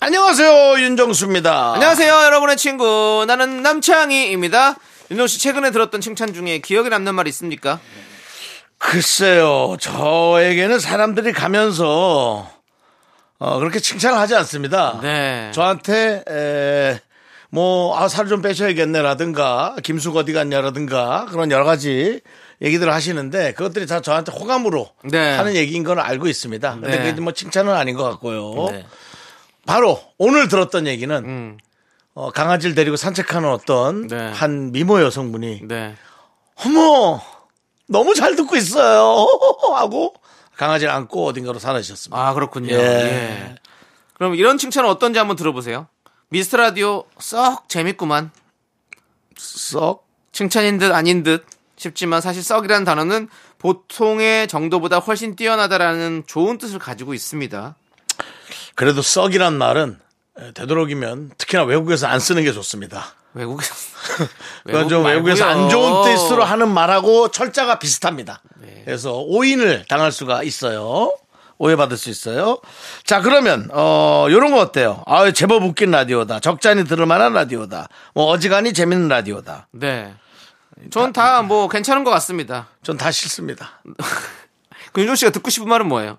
안녕하세요 윤정수입니다. 안녕하세요, 여러분의 친구. 나는 남창희입니다. 윤종 씨, 최근에 들었던 칭찬 중에 기억에 남는 말 있습니까? 글쎄요 저에게는 사람들이 가면서 어, 그렇게 칭찬을 하지 않습니다. 네. 저한테 에, 뭐, 아, 살 좀 빼셔야겠네라든가, 김숙 어디 갔냐라든가, 그런 여러 가지 얘기들을 하시는데, 그것들이 다 저한테 호감으로 네. 하는 얘기인 건 알고 있습니다. 근데 네. 그게 뭐 칭찬은 아닌 것 같고요. 네. 음. 바로 오늘 들었던 얘기는, 어, 강아지를 데리고 산책하는 어떤 네. 한 미모 여성분이, 네. 어머! 너무 잘 듣고 있어요! 하고, 강아지를 안고 어딘가로 사라지셨습니다. 아, 그렇군요. 예. 예. 그럼 이런 칭찬은 어떤지 한번 들어보세요. 미스터 라디오 썩 재밌구만. 썩? 칭찬인 듯 아닌 듯 싶지만 사실 썩이라는 단어는 보통의 정도보다 훨씬 뛰어나다라는 좋은 뜻을 가지고 있습니다. 그래도 썩이란 말은 에, 되도록이면 특히나 외국에서 안 쓰는 게 좋습니다. 외국에서. 그건 좀 외국 외국에서 말고요. 안 좋은 뜻으로 하는 말하고 철자가 비슷합니다. 네. 그래서 오인을 당할 수가 있어요. 오해받을 수 있어요. 자, 그러면, 어, 요런 거 어때요? 아 제법 웃긴 라디오다. 적잖이 들을 만한 라디오다. 뭐, 어지간히 재밌는 라디오다. 네. 전 다 뭐 괜찮은 것 같습니다. 전 다 싫습니다. 그 윤종 씨가 듣고 싶은 말은 뭐예요?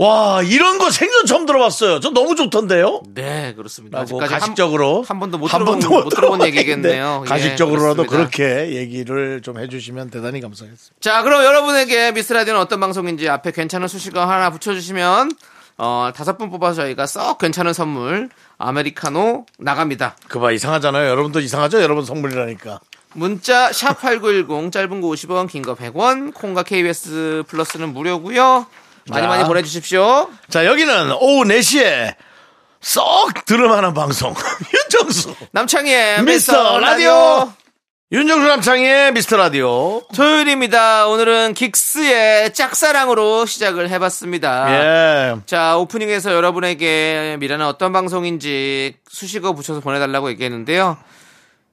와, 이런 거 생전 처음 들어봤어요. 저 너무 좋던데요? 네, 그렇습니다. 라고 아직까지 한- 가식적으로 한 번도 못 한 들어본, 번도 못 못 들어본 들어본 얘기겠네요. 얘기인데 예, 가식적으로라도 그렇습니다. 그렇게 얘기를 좀 해주시면 대단히 감사하겠습니다. 자, 그럼 여러분에게 미스 라디오는 어떤 방송인지 앞에 괜찮은 수식어 하나 붙여주시면 어 다섯 분 뽑아서 저희가 썩 괜찮은 선물 아메리카노 나갑니다. 그봐 이상하잖아요. 여러분도 이상하죠? 여러분 선물이라니까. 문자 샵8910 짧은 거 50원, 긴 거 100원, 콩과 KBS 플러스는 무료고요. 많이 자. 많이 보내주십시오. 자 여기는 오후 4시에 썩 들을만한 방송 윤정수 남창희의 미스터 라디오 윤정수 남창희의 미스터 라디오 토요일입니다. 오늘은 긱스의 짝사랑으로 시작을 해봤습니다. 예 자, 오프닝에서 여러분에게 미라는 어떤 방송인지 수식어 붙여서 보내달라고 얘기했는데요.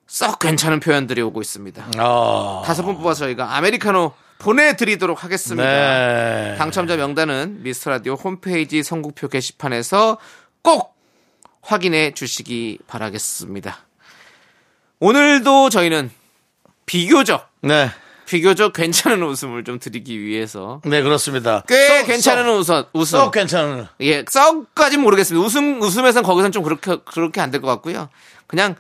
썩 괜찮은 표현들이 오고 있습니다. 어, 다섯 분 뽑아서 저희가 아메리카노 보내드리도록 하겠습니다. 네. 당첨자 명단은 미스터라디오 홈페이지 선곡표 게시판에서 꼭 확인해 주시기 바라겠습니다. 오늘도 저희는 비교적, 네. 비교적 괜찮은 웃음을 좀 드리기 위해서 네 그렇습니다 꽤 썩, 괜찮은 썩, 웃음, 웃음. 썩 괜찮은 예, 싸움까지는 모르겠습니다. 웃음, 웃음에선 거기선 좀 그렇게, 그렇게 안 될 것 같고요. 그냥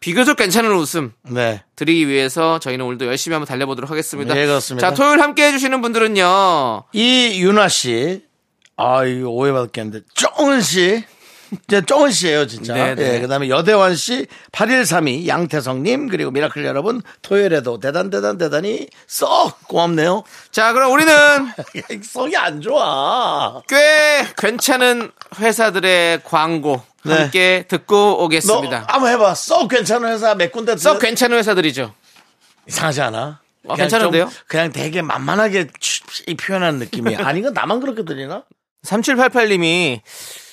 비교적 괜찮은 웃음 네 드리기 위해서 저희는 오늘도 열심히 한번 달려보도록 하겠습니다. 예, 그렇습니다. 자, 토요일 함께 해주시는 분들은요. 이윤아 씨. 아, 이거 오해받겠는데. 정은 씨. 이제 정은 씨예요 진짜. 네, 네. 예, 그다음에 여대환 씨, 8132 양태성 님, 그리고 미라클 여러분 토요일에도 대단 대단 대단히 썩 고맙네요. 자, 그럼 우리는 썩이 안 좋아. 꽤 괜찮은 회사들의 광고 네. 함께 듣고 너 아, 네. 오겠습니다. 한번 해봐. 썩 괜찮은 회사 몇 군데 썩 들려- 괜찮은 회사들이죠. 이상하지 않아? 아, 그냥 좀 괜찮은데요? 그냥 되게 만만하게 취- 이 표현한 느낌이야. 아니, 이건 나만 그렇게 들리나? 3788님이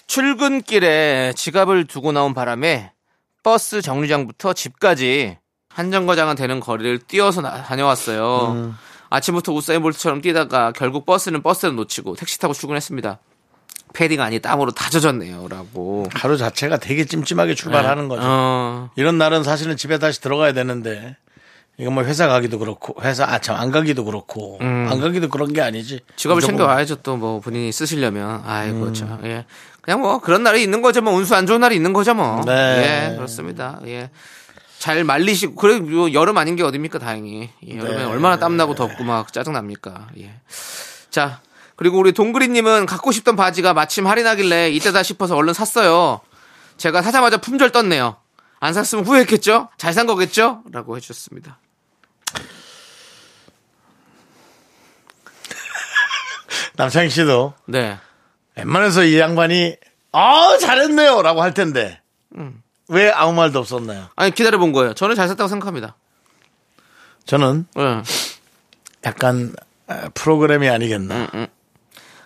출근길에 지갑을 두고 나온 바람에 버스 정류장부터 집까지 한 정거장은 되는 거리를 뛰어서 나- 다녀왔어요. 음. 아침부터 우사인 볼트처럼 뛰다가 결국 버스는 버스를 놓치고 택시 타고 출근했습니다. 패딩 아니 땀으로 다 젖었네요라고. 하루 자체가 되게 찜찜하게 출발하는 거죠. 어, 이런 날은 사실은 집에 다시 들어가야 되는데 이거 뭐 회사 가기도 그렇고 회사 아참 안 가기도 그렇고 안 가기도 그런 게 아니지 무조건 지갑을 음. 챙겨와야죠 또 뭐 본인이 쓰시려면. 아이고 참. 예. 그냥 뭐 그런 날이 있는 거죠. 뭐 운수 안 좋은 날이 있는 거죠 뭐. 네. 예, 그렇습니다. 예. 잘 말리시고 그래 요 여름 아닌 게 어딥니까 다행히. 예, 여름에 얼마나 땀나고 덥고 막 짜증 납니까. 예. 자. 그리고 우리 동그리 님은 갖고 싶던 바지가 마침 할인하길래 이때다 싶어서 얼른 샀어요. 제가 사자마자 품절 떴네요. 안 샀으면 후회했겠죠? 잘 산 거겠죠? 라고 해주셨습니다. 남창희 씨도 네. 웬만해서 이 양반이 아 잘했네요 라고 할 텐데 음. 왜 아무 말도 없었나요? 아니 기다려 본 거예요. 저는 잘 샀다고 생각합니다. 저는 예. 약간 에, 프로그램이 아니겠나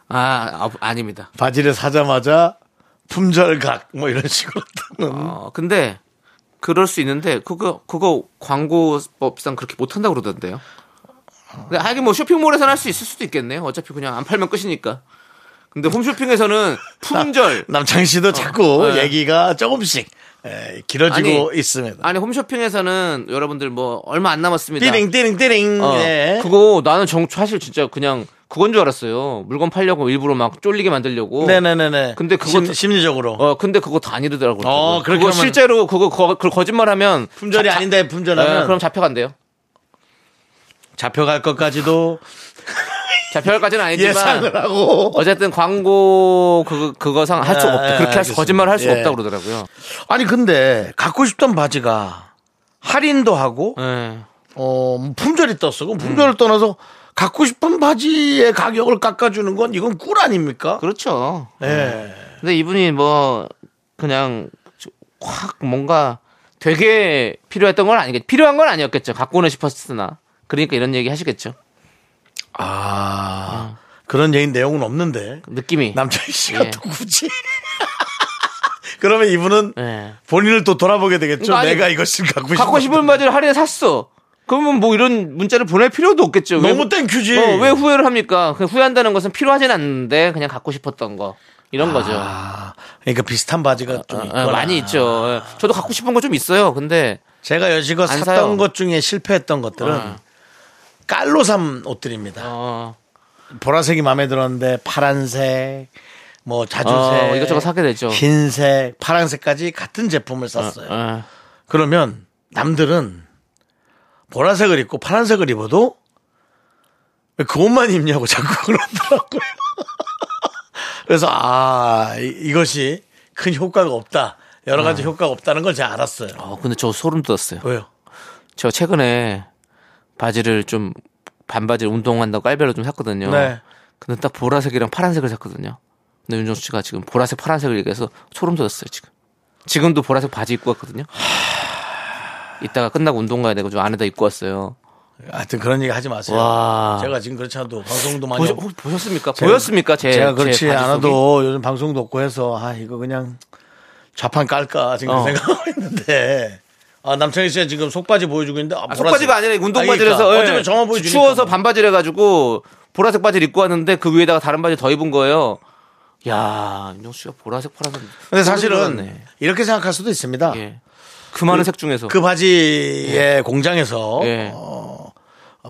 아, 아, 닙니다 바지를 사자마자 품절각 뭐 이런 식으로 뜨는 어, 근데 그럴 수 있는데 그거 그거 광고법상 그렇게 못 한다 고 그러던데요. 근데 하긴 뭐 쇼핑몰에서는 할 수 있을 수도 있겠네요. 어차피 그냥 안 팔면 끝이니까. 근데 홈쇼핑에서는 품절. 남창 씨도 자꾸 네. 얘기가 조금씩 에, 길어지고 있습니다. 아니 홈쇼핑에서는 여러분들 뭐 얼마 안 남았습니다. 띠링 띠링 띠링. 어, 예. 그거 나는 정 사실 진짜 그냥 그건 줄 알았어요. 물건 팔려고 일부러 막 쫄리게 어. 만들려고. 네네네네. 근데 그건- 심, 리적으로 어 근데 그거 다 아니더라고요. 어, 그렇게 그거 하면- 실제로 그거 거, 그 거짓말하면 품절이 자- 아닌데 품절하면 예, 그럼 잡혀간대요. 잡혀갈 것까지도 잡혀갈까지는 아니지만 예상을 하고 어쨌든 광고 그 그거상 할 수 예, 없다. 예, 그렇게 할 수, 알겠습니다. 거짓말 할 수 예. 없다 그러더라고요. 아니 근데 갖고 싶던 바지가 할인도 하고 예. 어 품절이 떴어. 그럼 품절을 떠나서 갖고 싶은 바지의 가격을 깎아주는 건 이건 꿀 아닙니까? 그렇죠. 예. 근데 이분이 뭐 그냥 확 뭔가 되게 필요했던 건 아니겠. 필요한 건 아니었겠죠. 갖고는 싶었으나. 그러니까 이런 얘기 하시겠죠. 아 그런 얘기 내용은 없는데 그 느낌이. 남창희 씨가 예. 또 굳이 그러면 이분은 예. 본인을 또 돌아보게 되겠죠. 그러니까 아니, 내가 이것을 갖고, 갖고 싶었던- 싶은 바지를 할인해 샀어. 그러면 뭐 이런 문자를 보낼 필요도 없겠죠. 왜 너무 후- 땡큐지. 어, 왜 후회를 합니까? 그냥 후회한다는 것은 필요하진 않는데 그냥 갖고 싶었던 거 이런 거죠. 아, 그러니까 비슷한 바지가 좀 어, 있구나. 많이 있죠. 예. 저도 갖고 싶은 거 좀 있어요. 근데 제가 여지껏 안 샀던 사요. 것 중에 실패했던 것들은 어. 깔로 산 옷들입니다. 어, 보라색이 마음에 들었는데 파란색, 뭐 자주색, 어, 이것저것 사게 되죠. 흰색, 파란색까지 같은 제품을 샀어요. 예. 그러면 남들은 보라색을 입고 파란색을 입어도 왜 그 옷만 입냐고 자꾸 그러더라고요. 그래서 아 이- 이것이 큰 효과가 없다. 여러 아. 가지 효과가 없다는 걸 제가 알았어요. 어, 근데 저 소름 돋았어요. 왜요? 저 최근에 바지를 좀 반바지를 운동한다고 깔별로 좀 샀거든요. 네. 근데 딱 보라색이랑 파란색을 샀거든요. 근데 윤정수 씨가 지금 보라색 파란색을 얘기해서 소름 돋았어요 지금. 지금도 보라색 바지 입고 왔거든요. 이따가 끝나고 운동 가야 되고 좀 안에다 입고 왔어요. 하여튼 그런 얘기 하지 마세요. 와. 제가 지금 그렇지 않아도 방송도 많이 보셨, 없고 혹시 보셨습니까? 보였습니까? 예, 제, 제가 그렇지 제 바지 속이? 않아도 요즘 방송도 없고 해서 아 이거 그냥 좌판 깔까 지금 어. 생각하고 있는데 아 남창희 씨가 지금 속바지 보여주고 있는데 아, 아, 보라색. 속바지가 아니라 운동바지라서 아, 그러니까. 예. 어쩌면 정화 보여주니까 추워서 반바지를 해가지고 보라색 바지를 입고 왔는데 그 위에다가 다른 바지 더 입은 거예요. 야, 윤정 씨가 보라색 파란색. 근데 모르겠네. 사실은 이렇게 생각할 수도 있습니다. 예. 그 많은 색 중에서 그 바지의 공장에서 예. 어,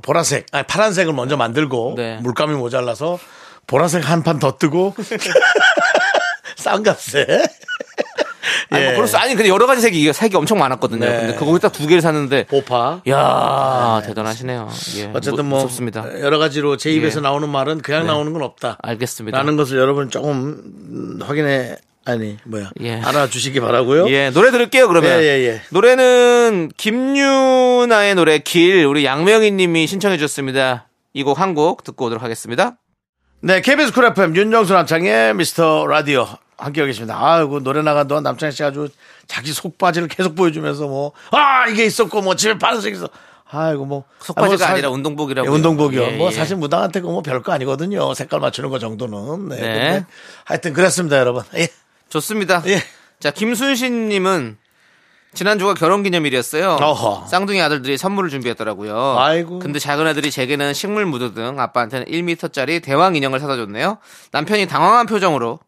보라색, 아니 파란색을 먼저 만들고 네. 물감이 모자라서 보라색 한 판 더 뜨고 싼 값에 아니, 뭐 그럴 수, 아니 근데 여러 가지 색이 이게 색이 엄청 많았거든요. 예. 네. 근데 그거 딱 두 개를 샀는데 보파. 야 대단하시네요. 예. 어쨌든 무- 뭐 무섭습니다. 여러 가지로 제 입에서 예. 나오는 말은 그냥 나오는 건 없다. 알겠습니다. 라는 것을 여러분 조금 음, 확인해 아니 뭐야 예. 알아주시기 바라고요. 예, 노래 들을게요, 그러면. 예, 예, 예. 노래는 김유나의 노래 길, 우리 양명희 님이 신청해 주셨습니다. 이 곡 한 곡 듣고 오도록 하겠습니다. 네, KBS 쿨 FM 윤정수 남창의 미스터 라디오 함께하고 계십니다. 아이고 노래 나간 동안 남창희 씨 아주 자기 속바지를 계속 보여주면서 뭐 아 이게 있었고 뭐 집에 파란색 있어. 아이고 뭐 속바지가 아, 뭐 사- 아니라 운동복이라고요. 예, 운동복이요. 예, 뭐 예. 사실 무당한테 그거 뭐 별거 아니거든요. 색깔 맞추는 거 정도는. 네. 네. 근데 하여튼 그랬습니다, 여러분. 예. 좋습니다. 예. 자, 김순신 님은 지난주가 결혼 기념일이었어요. 어허. 쌍둥이 아들들이 선물을 준비했더라고요. 아이고. 근데 작은 아들이 제게는 식물 무드 등 아빠한테는 1m짜리 대왕 인형을 사다 줬네요. 남편이 당황한 표정으로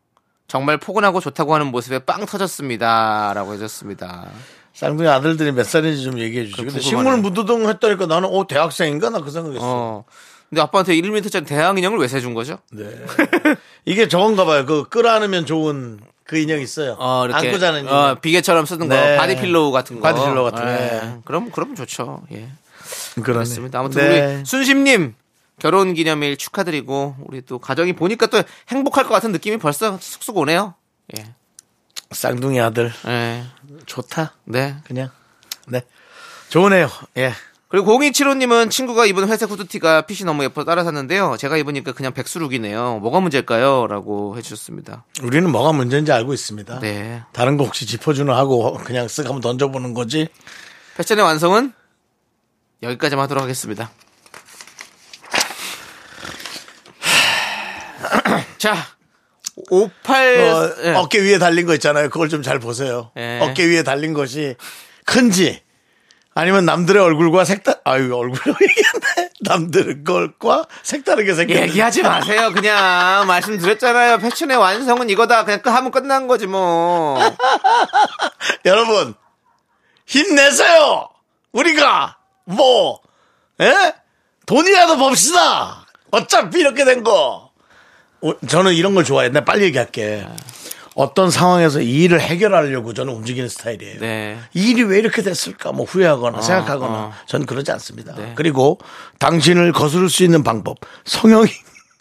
정말 포근하고 좋다고 하는 모습에 빵 터졌습니다. 라고 해줬습니다. 쌍둥이 아들들이 몇 살인지 좀 얘기해 주시죠. 근데 식물 궁금하네요. 무드동 했다니까 나는 어 대학생인가 나 그 생각했어. 어. 근데 아빠한테 1m짜리 대왕 인형을 왜 사준 거죠? 네. 이게 저건가 봐요. 그 끌어안으면 좋은 그 인형 있어요. 어, 이렇게 안고 자는 인형. 어, 비계처럼 쓰는 네. 거, 바디 필로우 같은 거. 바디 필로우 같은 거. 예. 예. 그럼 그럼 좋죠. 예. 그러네. 그렇습니다. 아무튼 네. 우리 순심님 결혼 기념일 축하드리고 우리 또 가정이 보니까 또 행복할 것 같은 느낌이 벌써 쑥쑥 오네요. 예. 쌍둥이 아들 예. 좋다. 네. 그냥 네 좋으네요. 예 그리고 0275님은 친구가 입은 회색 후드티가 핏이 너무 예뻐 따라 샀는데요. 제가 입으니까 그냥 백수룩이네요. 뭐가 문제일까요? 라고 해주셨습니다. 우리는 뭐가 문제인지 알고 있습니다. 네. 다른 거 혹시 짚어주는 하고 그냥 쓱 한번 던져보는 거지. 패션의 완성은 여기까지만 하도록 하겠습니다. 자, 58 어, 예. 어깨 위에 달린 거 있잖아요. 그걸 좀 잘 보세요. 예. 어깨 위에 달린 것이 큰지 아니면 남들의 얼굴과 색다 아유 얼굴로 얘기하네. 남들의 걸과 색다르게 생겼는지. 얘기하지 마세요. 그냥 말씀드렸잖아요. 패션의 완성은 이거다. 그냥 끝- 하면 끝난 거지 뭐. 여러분 힘내세요. 우리가 뭐 예? 돈이라도 봅시다. 어차피 이렇게 된 거. 어, 저는 이런 걸 좋아해요. 내가 빨리 얘기할게. 어떤 상황에서 이 일을 해결하려고 저는 움직이는 스타일이에요. 네. 이 일이 왜 이렇게 됐을까 뭐 후회하거나 생각하거나 어. 전 그러지 않습니다. 네. 그리고 당신을 거스를 수 있는 방법 성형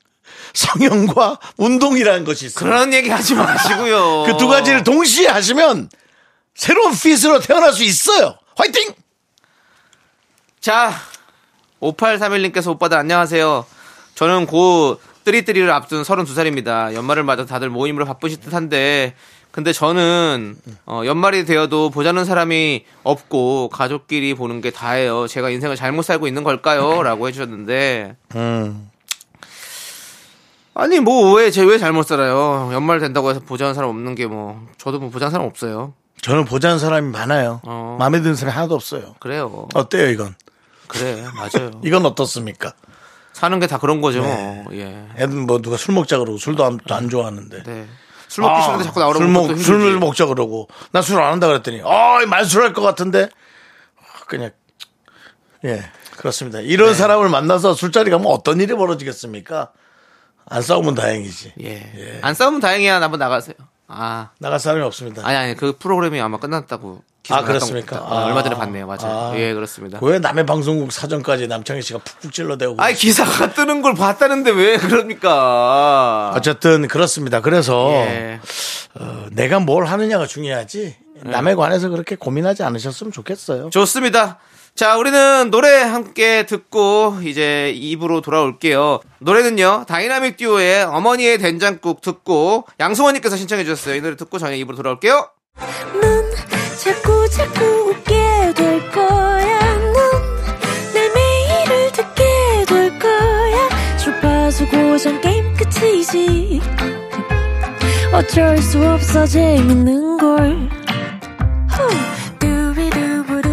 성형과 운동이라는 것이 있어요. 그런 얘기 하지 마시고요. 그 두 가지를 동시에 하시면 새로운 피스로 태어날 수 있어요. 화이팅! 자, 5831님께서 오빠들 안녕하세요. 저는 고 뜨리뜨리를 앞둔 32살입니다. 연말을 맞아 다들 모임으로 바쁘실 듯 한데, 근데 저는 어, 연말이 되어도 보자는 사람이 없고 가족끼리 보는 게 다예요. 제가 인생을 잘못 살고 있는 걸까요? 라고 해주셨는데, 음, 아니 뭐 왜 제 왜 잘못 살아요? 연말 된다고 해서 보자는 사람 없는 게 뭐 저도 뭐 보자는 사람 없어요. 저는 보자는 사람이 많아요. 어. 마음에 드는 사람이 하나도 없어요. 그래요. 어때요, 이건? 그래 맞아요. 이건 어떻습니까? 사는 게 다 그런 거죠. 네. 뭐. 예. 애는 뭐 누가 술 먹자 그러고 술도 안, 안 좋아하는데. 네. 술 먹기 싫은데 자꾸 나오라고 술, 하면 또 먹, 힘들지. 술을 먹자 그러고 나 술 안 한다 그랬더니 아 말술할 것 같은데 아, 그냥 예 그렇습니다 이런 네. 사람을 만나서 술자리 가면 어떤 일이 벌어지겠습니까 안 싸우면 다행이지 예. 안 싸우면 다행이야. 한번 나가세요. 아. 나갈 사람이 없습니다 아니 아니 그 프로그램이 아마 끝났다고 기사 아, 났던 그렇습니까? 것 같다. 어, 아. 얼마 전에 봤네요. 아. 맞아요. 예, 그렇습니다. 왜 남의 방송국 사정까지 남창희 씨가 푹푹 찔러대고 아니 기사가 뜨는 걸 봤다는데 왜 그럽니까? 어쨌든 그렇습니다 그래서 예. 아, 어, 내가 뭘 하느냐가 중요하지 남에 관해서 그렇게 고민하지 않으셨으면 좋겠어요 좋습니다. 자, 우리는 노래 함께 듣고 이제 입으로 돌아올게요. 노래는요, 다이나믹 듀오의 어머니의 된장국 듣고 양승원님께서 신청해 주셨어요. 이 노래 듣고 저희 입으로 돌아올게요. 넌 자꾸 자꾸 웃게 될 거야. 넌내 매일을 듣게 될 거야. 주파수 고정 게임 끝이지. 어쩔 수 없어 재밌는 걸. 후. 두비두부두.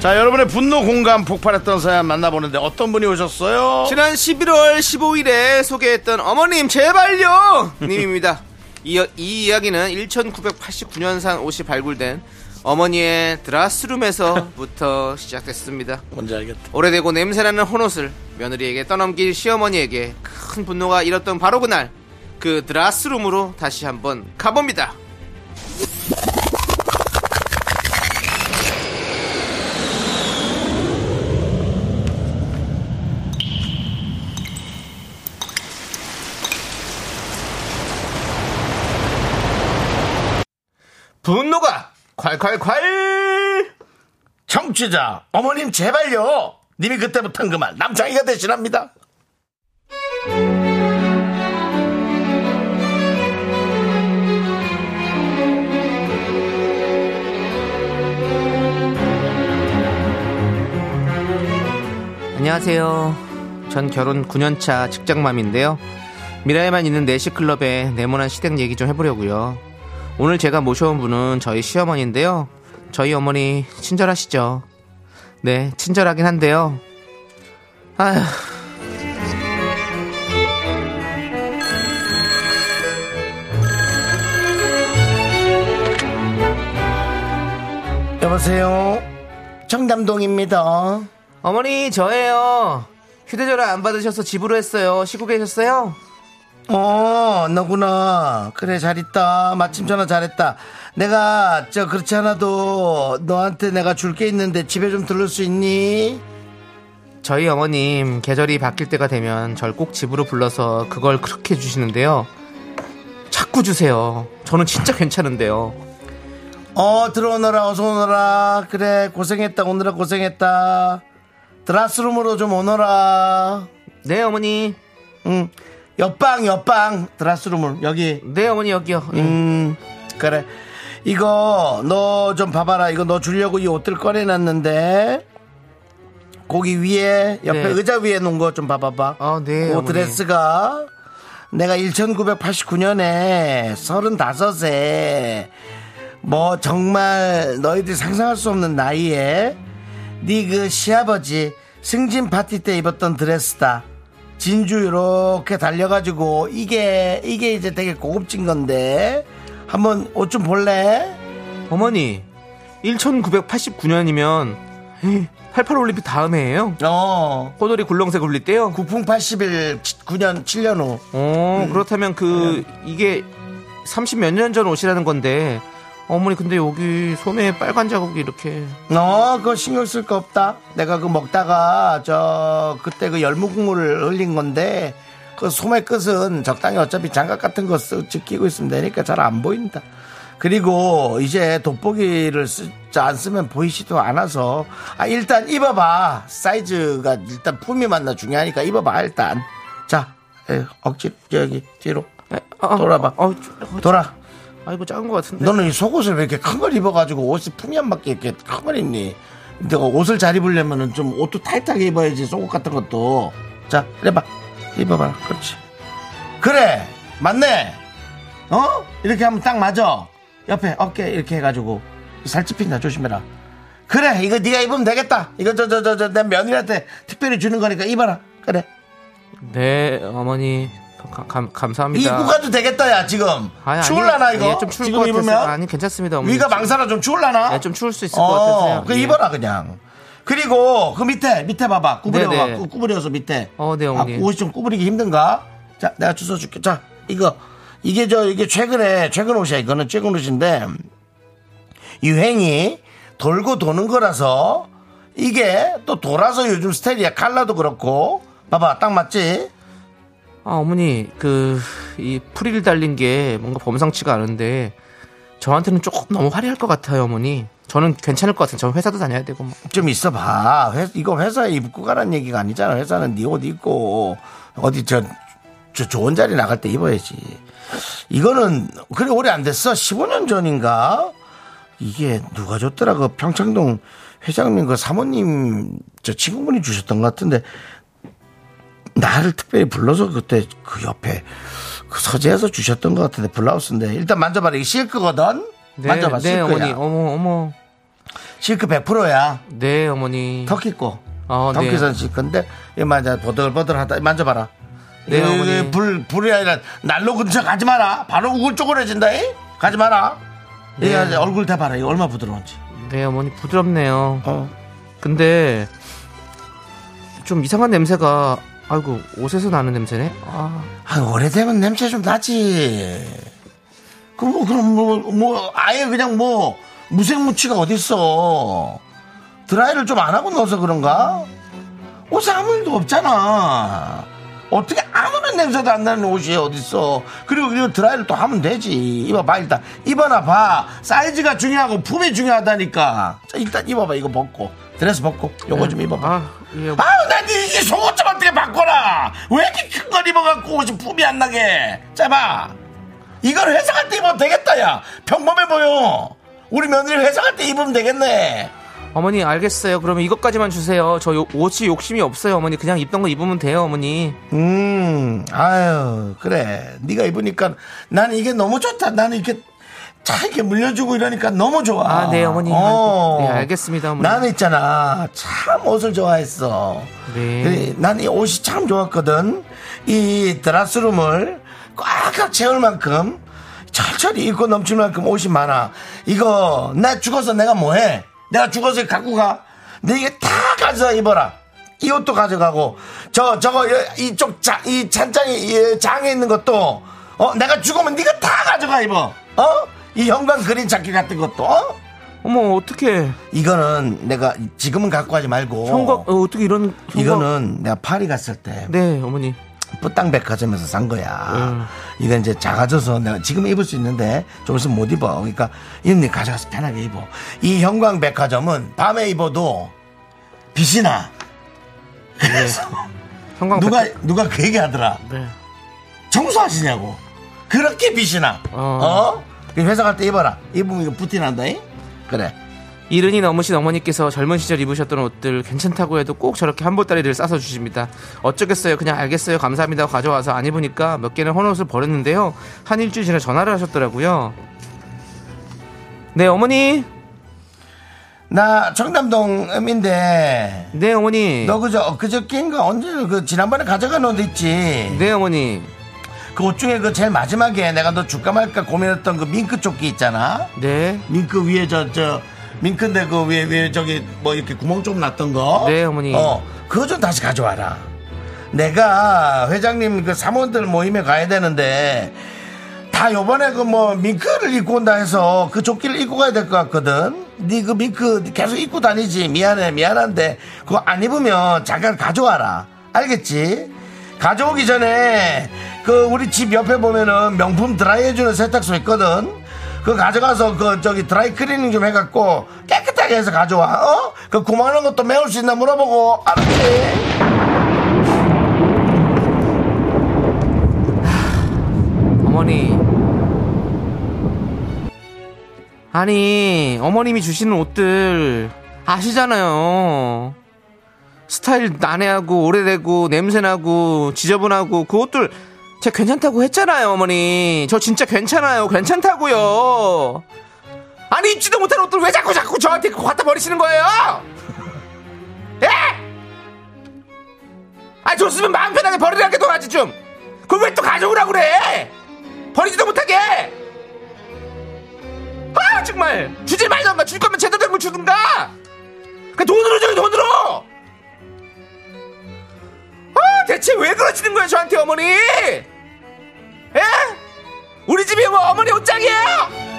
자 여러분의 분노 공감 폭발했던 사연 만나보는데 어떤 분이 오셨어요? 지난 11월 15일에 소개했던 어머님 제발요 님입니다. 이, 이 이야기는 1989년산 옷이 발굴된 어머니의 드라스룸에서부터 시작됐습니다. 뭔지 알겠다 오래되고 냄새나는 혼옷을 며느리에게 떠넘길 시어머니에게 큰 분노가 일었던 바로 그날 그 드라스룸으로 다시 한번 가봅니다. 분노가 콸콸콸 청취자 어머님 제발요 님이 그때부터 한 그 말 남창희가 대신합니다 안녕하세요. 전 결혼 9년차 직장맘인데요. 미라에만 있는 내시클럽에 네모난 시댁 얘기 좀 해보려고요. 오늘 제가 모셔온 분은 저희 시어머니인데요. 저희 어머니 친절하시죠? 네, 친절하긴 한데요. 아휴. 여보세요 청담동입니다 어머니 저예요. 휴대전화 안 받으셔서 집으로 했어요. 쉬고 계셨어요? 어, 너구나. 그래, 잘있다. 마침 전화 잘했다. 내가, 저, 그렇지 않아도 너한테 내가 줄 게 있는데 집에 좀 들를 수 있니? 저희 어머님 계절이 바뀔 때가 되면 절 꼭 집으로 불러서 그걸 그렇게 해주시는데요. 자꾸 주세요. 저는 진짜 괜찮은데요. 어, 들어오너라, 어서 오너라. 그래, 고생했다. 오느라 고생했다. 드라스룸으로 좀 오너라. 네 어머니. 응. 옆방, 옆방. 드라스룸을. 여기. 네 어머니 여기요. 예. 음, 그래. 이거 너 좀 봐봐라. 이거 너 주려고 이 옷들 꺼내놨는데 거기 위에 옆에 네. 의자 위에 놓은 거 좀 봐봐봐. 아, 네, 그 어머니. 드레스가 내가 1989년에 35세 뭐 정말 너희들이 상상할 수 없는 나이에 네 그 시아버지 승진 파티 때 입었던 드레스다. 진주 이렇게 달려가지고 이게 이게 이제 되게 고급진 건데 한번 옷 좀 볼래? 어머니 1989년이면 88 올림픽 다음해예요. 어 꼬돌이 굴렁쇠 굴릴 때요. 부풍 81 9년 7년 후 어 음. 그렇다면 그 이게 30 몇 년 전 옷이라는 건데 어머니 근데 여기 손에 빨간 자국이 이렇게 어, 그거 신경 쓸 거 없다. 내가 그 먹다가 저 그때 그 열무국물을 흘린 건데 그 소매 끝은 적당히 어차피 장갑 같은 거 쓰, 끼고 있으면 되니까 잘 안 보인다. 그리고 이제 돋보기를 쓰지 안 쓰면 보이지도 않아서 아 일단 입어봐 사이즈가 일단 품이 맞나 중요하니까 입어봐 일단 자 에, 억지로 여기 뒤로 아, 돌아봐. 아, 아, 돌아 아 이거 작은 것 같은데. 네. 너는 이 속옷을 왜 이렇게 큰 걸 입어가지고 옷이 품이 안 맞게 이렇게 큰 걸 입니? 내가 옷을 잘 입으려면은 좀 옷도 타이트하게 입어야지 속옷 같은 것도. 자, 해봐. 입어봐라. 그렇지. 그래, 맞네. 어? 이렇게 하면 딱 맞아. 옆에 어깨 이렇게 해가지고 살집힌다 조심해라. 그래, 이거 네가 입으면 되겠다. 이거 저 저 저 저 내 며느리한테 특별히 주는 거니까 입어라. 그래. 네 어머니 가- 감, 감사합니다. 입고 가도 되겠다, 야 지금. 그러니까 아니, 아니, 추울라나 이거? 예, 좀 추울 지금 것 입으면? 같아서. 아니 괜찮습니다 어머니. 위가 망사라 좀 추울라나? 예, 좀 추울 수 있을 것 같아서요. 그 예. 입어라 그냥. 그리고 그 밑에 밑에 봐봐. 구부려 봐. 네네. 구- 구부려서 밑에. 어, 네, 아, 어머니. 옷이 좀 구부리기 힘든가? 자, 내가 주워 줄게. 자, 이거 이게 저 이게 최근에 최근 옷이야. 이거는 최근 옷인데 유행이 돌고 도는 거라서 이게 또 돌아서 요즘 스타일이야. 칼라도 그렇고. 봐봐. 딱 맞지? 아 어머니 그 이 프릴 달린 게 뭔가 범상치가 않은데 저한테는 조금 너무 화려할 것 같아요 어머니. 저는 괜찮을 것 같아요. 저는 회사도 다녀야 되고 뭐. 좀 있어봐. 회- 이거 회사에 입고 가란 얘기가 아니잖아. 회사는 네 옷 입고 어디 저, 저 좋은 자리 나갈 때 입어야지. 이거는 그래 오래 안 됐어. 15년 전인가 이게 누가 줬더라 그 평창동 회장님 그 사모님 저 친구분이 주셨던 것 같은데 나를 특별히 불러서 그때 그 옆에 그 서재에서 주셨던 것 같은데 블라우스인데 일단 만져봐라 이게 실크거든. 네, 만져봐 네 실크야. 어머니 어머 어머 실크 100%야. 네 어머니. 터키 거. 아, 터키 네. 선식 건데 이 맞아 보들보들하다 만져봐라. 네, 이거 그 어머니. 불 불이 아니라 난로 근처 가지 마라. 바로 우글 쪼그려진다. 이? 가지 마라. 이 아주 얼굴 대봐라. 이 얼마 나 부드러운지. 네 어머니 부드럽네요. 어. 근데 좀 이상한 냄새가 아이고 옷에서 나는 냄새네. 아 아, 오래되면 냄새 좀 나지. 그럼 뭐, 그럼 뭐, 뭐, 아예 그냥 뭐, 무생무치가 어딨어. 드라이를 좀 안 하고 넣어서 그런가? 옷에 아무 일도 없잖아. 어떻게 아무런 냄새도 안 나는 옷이 어딨어. 그리고 이거 드라이를 또 하면 되지. 입어봐, 일단. 입어나 봐. 사이즈가 중요하고 품이 중요하다니까. 자, 일단 입어봐, 이거 벗고. 드레스 벗고. 요거 좀 입어봐. 아, 예. 아우 난 이게 속옷 좀 어떻게 바꿔라 왜 이렇게 큰 걸 입어갖고 옷이 품이 안 나게 짜봐 이걸 회사 갈 때 입으면 되겠다 야 평범해 보여 우리 며느리 회사 갈 때 입으면 되겠네 어머니 알겠어요. 그러면 이것까지만 주세요. 저 요- 옷이 욕심이 없어요, 어머니. 그냥 입던 거 입으면 돼요, 어머니. 음 아유 그래 네가 입으니까 난 이게 너무 좋다 나는 이렇게 차 이렇게 물려주고 이러니까 너무 좋아 아, 네, 어머니. 어. 네, 알겠습니다, 어머니. 나는 있잖아 참 옷을 좋아했어 네. 난 이 옷이 참 좋았거든. 이 드라스룸을 꽉꽉 채울 만큼 철철히 입고 뭐 넘칠 만큼 옷이 많아. 이거 나 죽어서 내가 뭐해? 내가 죽어서 갖고 가. 네 이게 다 가져다 입어라. 이 옷도 가져가고 저 저거 여- 이쪽 장, 이 찬장이 이 장에 있는 것도 어 내가 죽으면 네가 다 가져가 입어. 어? 이 형광 그린 자켓 같은 것도 어? 어머 어떻게 이거는 내가 지금은 갖고 가지 말고 형광 어, 어떻게 이런 형광- 이거는 내가 파리 갔을 때 네 어머니 뿌땅 백화점에서 산 거야. 이건 이제 작아져서 내가 지금 입을 수 있는데 좀 있으면 못 입어. 그러니까 이런 데 가져가서 편하게 입어. 이 형광 백화점은 밤에 입어도 빛이 나. 그래서 형광 누가 백- 누가 그 얘기 하더라. 네. 청소하시냐고. 그렇게 빛이 나. 어. 어? 그 회사 갈 때 입어라. 입으면 이거 부티 난다잉. 그래. 이른이 넘으신 어머니께서 젊은 시절 입으셨던 옷들 괜찮다고 해도 꼭 저렇게 한보따리를 싸서 주십니다. 어쩌겠어요. 그냥 알겠어요. 감사합니다. 하고 가져와서 안 입으니까 몇 개는 헌 옷을 버렸는데요. 한 일주일 지나 전화를 하셨더라고요. 네 어머니. 나 청담동인데 네 어머니. 너 그저 엊그저께인가 언제 그 지난번에 가져간 옷 있지? 네 어머니. 그 옷 중에 그 제일 마지막에 내가 너 줄까 말까 고민했던 그 밍크 조끼 있잖아. 네. 밍크 위에 저, 저, 밍크인데 그 위에, 위에 저기 뭐 이렇게 구멍 좀 났던 거. 네, 어머니. 어, 그거 좀 다시 가져와라. 내가 회장님 그 사무원들 모임에 가야 되는데 다 요번에 그 뭐 밍크를 입고 온다 해서 그 조끼를 입고 가야 될 것 같거든. 네 그 밍크 계속 입고 다니지. 미안해, 미안한데 그거 안 입으면 잠깐 가져와라. 알겠지? 가져오기 전에 그 우리 집 옆에 보면은 명품 드라이해주는 세탁소 있거든. 그거 가져가서 그 저기 드라이 클리닝 좀 해갖고 깨끗하게 해서 가져와. 어? 그 9만 원 것도 메울 수 있나 물어보고. 알았지? 어머니. 아니, 어머님이 주시는 옷들 아시잖아요. 스타일 난해하고 오래되고 냄새나고 지저분하고 그 옷들 제가 괜찮다고 했잖아요, 어머니. 저 진짜 괜찮아요. 괜찮다고요. 아니, 입지도 못한 옷들 왜 자꾸 자꾸 저한테 갖다 버리시는 거예요? 예? 아, 줬으면 마음 편하게 버리라게도 하지 좀. 그걸 왜 또 가져오라고 그래? 버리지도 못하게! 아, 정말! 주질 말던가! 줄 거면 제대로 된 걸 주든가! 그 돈으로 줘, 돈으로! 아, 대체 왜 그러시는 거예요, 저한테 어머니! 예? 우리 집이 뭐 어머니 옷장이에요!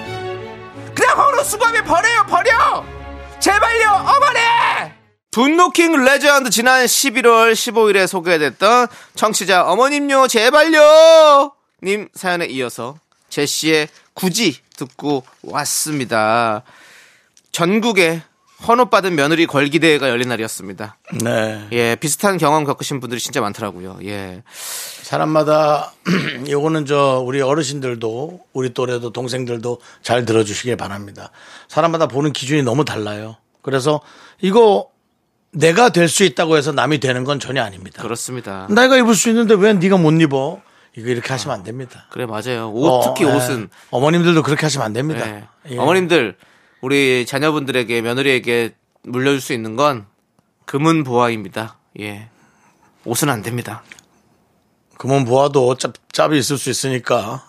그냥 허로 수거하면 버려요, 버려! 제발요, 어머니! 분노킹 레전드 지난 11월 15일에 소개됐던 청취자 어머님요 제발요 님 사연에 이어서 제시의 굳이 듣고 왔습니다. 전국에 헌옷받은 며느리 걸기 대회가 열린 날이었습니다. 네. 예, 비슷한 경험 겪으신 분들이 진짜 많더라고요. 예. 사람마다 요거는 저 우리 어르신들도 우리 또래도 동생들도 잘 들어주시길 바랍니다. 사람마다 보는 기준이 너무 달라요. 그래서 이거 내가 될 수 있다고 해서 남이 되는 건 전혀 아닙니다. 그렇죠. 그렇습니다. 내가 입을 수 있는데 왜 네가 못 입어? 이거 이렇게 하시면 안 됩니다. 그래 맞아요. 옷 어, 특히 예. 옷은 어머님들도 그렇게 하시면 안 됩니다. 예. 예. 어머님들 우리 자녀분들에게 며느리에게 물려줄 수 있는 건 금은 보화입니다. 예. 옷은 안 됩니다. 금은 보아도 짭, 짭이 있을 수 있으니까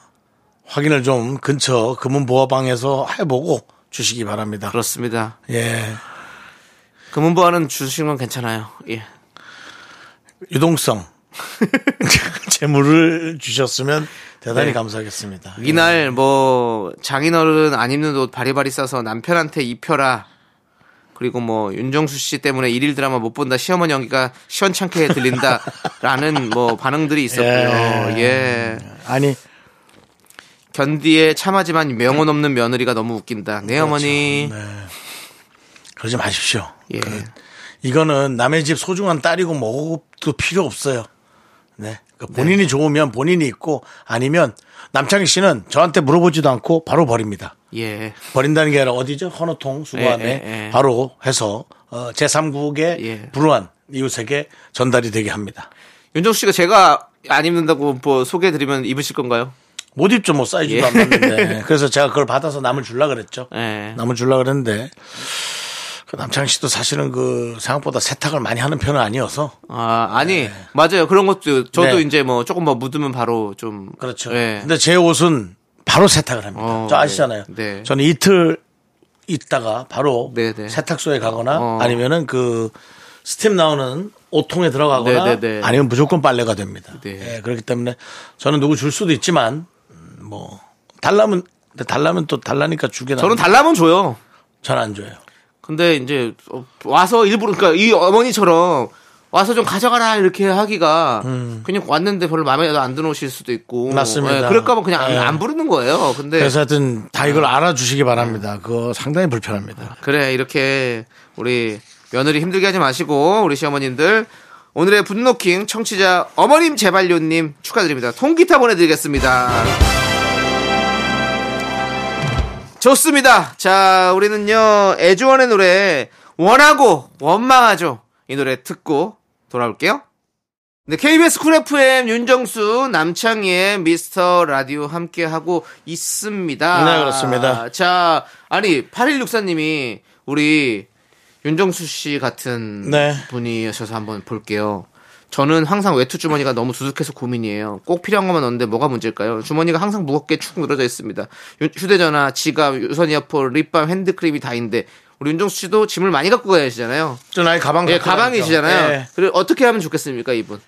확인을 좀 근처 금은 보아방에서 해보고 주시기 바랍니다. 그렇습니다. 예. 금은 보화는 주시는 건 괜찮아요. 예. 유동성 재물을 주셨으면 대단히 네. 감사하겠습니다. 이날 뭐 장인어른 안 입는 옷 바리바리 싸서 남편한테 입혀라. 그리고 뭐 윤정수 씨 때문에 일일 드라마 못 본다. 시어머니 연기가 시원찮게 들린다라는 뭐 반응들이 있었고요. 예. 아니 견디에 참하지만 명언 없는 며느리가 너무 웃긴다. 네 어머니. 그러지 마십시오. 예. 그, 이거는 남의 집 소중한 딸이고 뭐고도 필요 없어요. 네. 그 본인이 좋으면 본인이 있고 아니면 남창희 씨는 저한테 물어보지도 않고 바로 버립니다. 예. 버린다는 게 아니라 어디죠? 헌어통 수거함에 예, 예, 예. 바로 해서 어, 제3국의 예. 불우한 이웃에게 전달이 되게 합니다. 윤정수 씨가 제가 안 입는다고 뭐 소개해드리면 입으실 건가요? 못 입죠, 뭐 사이즈도 예. 안 맞는데. 그래서 제가 그걸 받아서 남을 줄라 그랬죠. 예. 남을 줄라 그랬는데 그 남창희 씨도 사실은 그 생각보다 세탁을 많이 하는 편은 아니어서 아, 아니, 맞아요. 그런 것도, 저도 네. 이제 뭐 조금 뭐 묻으면 바로 좀. 그렇죠. 예. 근데 제 옷은 바로 세탁을 합니다. 어, 저 아시잖아요. 네. 네. 저는 이틀 있다가 바로 네네. 세탁소에 가거나 어. 아니면은 그 스팀 나오는 옷통에 들어가거나 네네네. 아니면 무조건 빨래가 됩니다. 네. 예, 그렇기 때문에 저는 누구 줄 수도 있지만 음, 뭐 달라면 근데 달라면 또 달라니까 주게 저는 네. 달라면 줘요. 전안 줘요. 근데 이제 어, 와서 일부러 그러니까 이 어머니처럼 와서 좀 가져가라 이렇게 하기가 그냥 왔는데 별로 마음에 안 드는 옷일 수도 있고 음. 맞습니다. 예, 그럴까봐 그냥 안, 예. 안 부르는 거예요. 근데 그래서 하여튼 다 이걸 알아주시기 바랍니다. 그거 상당히 불편합니다. 그래 이렇게 우리 며느리 힘들게 하지 마시고 우리 시어머님들 오늘의 분노킹 청취자 어머님 제발요님 축하드립니다 통기타 보내드리겠습니다 좋습니다 자 우리는요 애주원의 노래 원하고 원망하죠 이 노래 듣고 돌아올게요 네, KBS 쿨 FM 윤정수 남창희의 미스터 라디오 함께하고 있습니다. 네, 그렇습니다. 자, 아니 8164님이 우리 윤정수 씨 같은 네. 분이셔서 한번 볼게요. 저는 항상 외투 주머니가 너무 두둑해서 고민이에요. 꼭 필요한 것만 넣는데 뭐가 문제일까요? 주머니가 항상 무겁게 축 늘어져 있습니다. 유- 휴대전화, 지갑, 유선 이어폰, 립밤, 핸드크림이 다인데 우리 윤정수 씨도 짐을 많이 갖고 가시잖아요. 저는 아예 가방 예, 갖고 가방이시잖아요. 다니죠. 예. 그리고 어떻게 하면 좋겠습니까, 이분?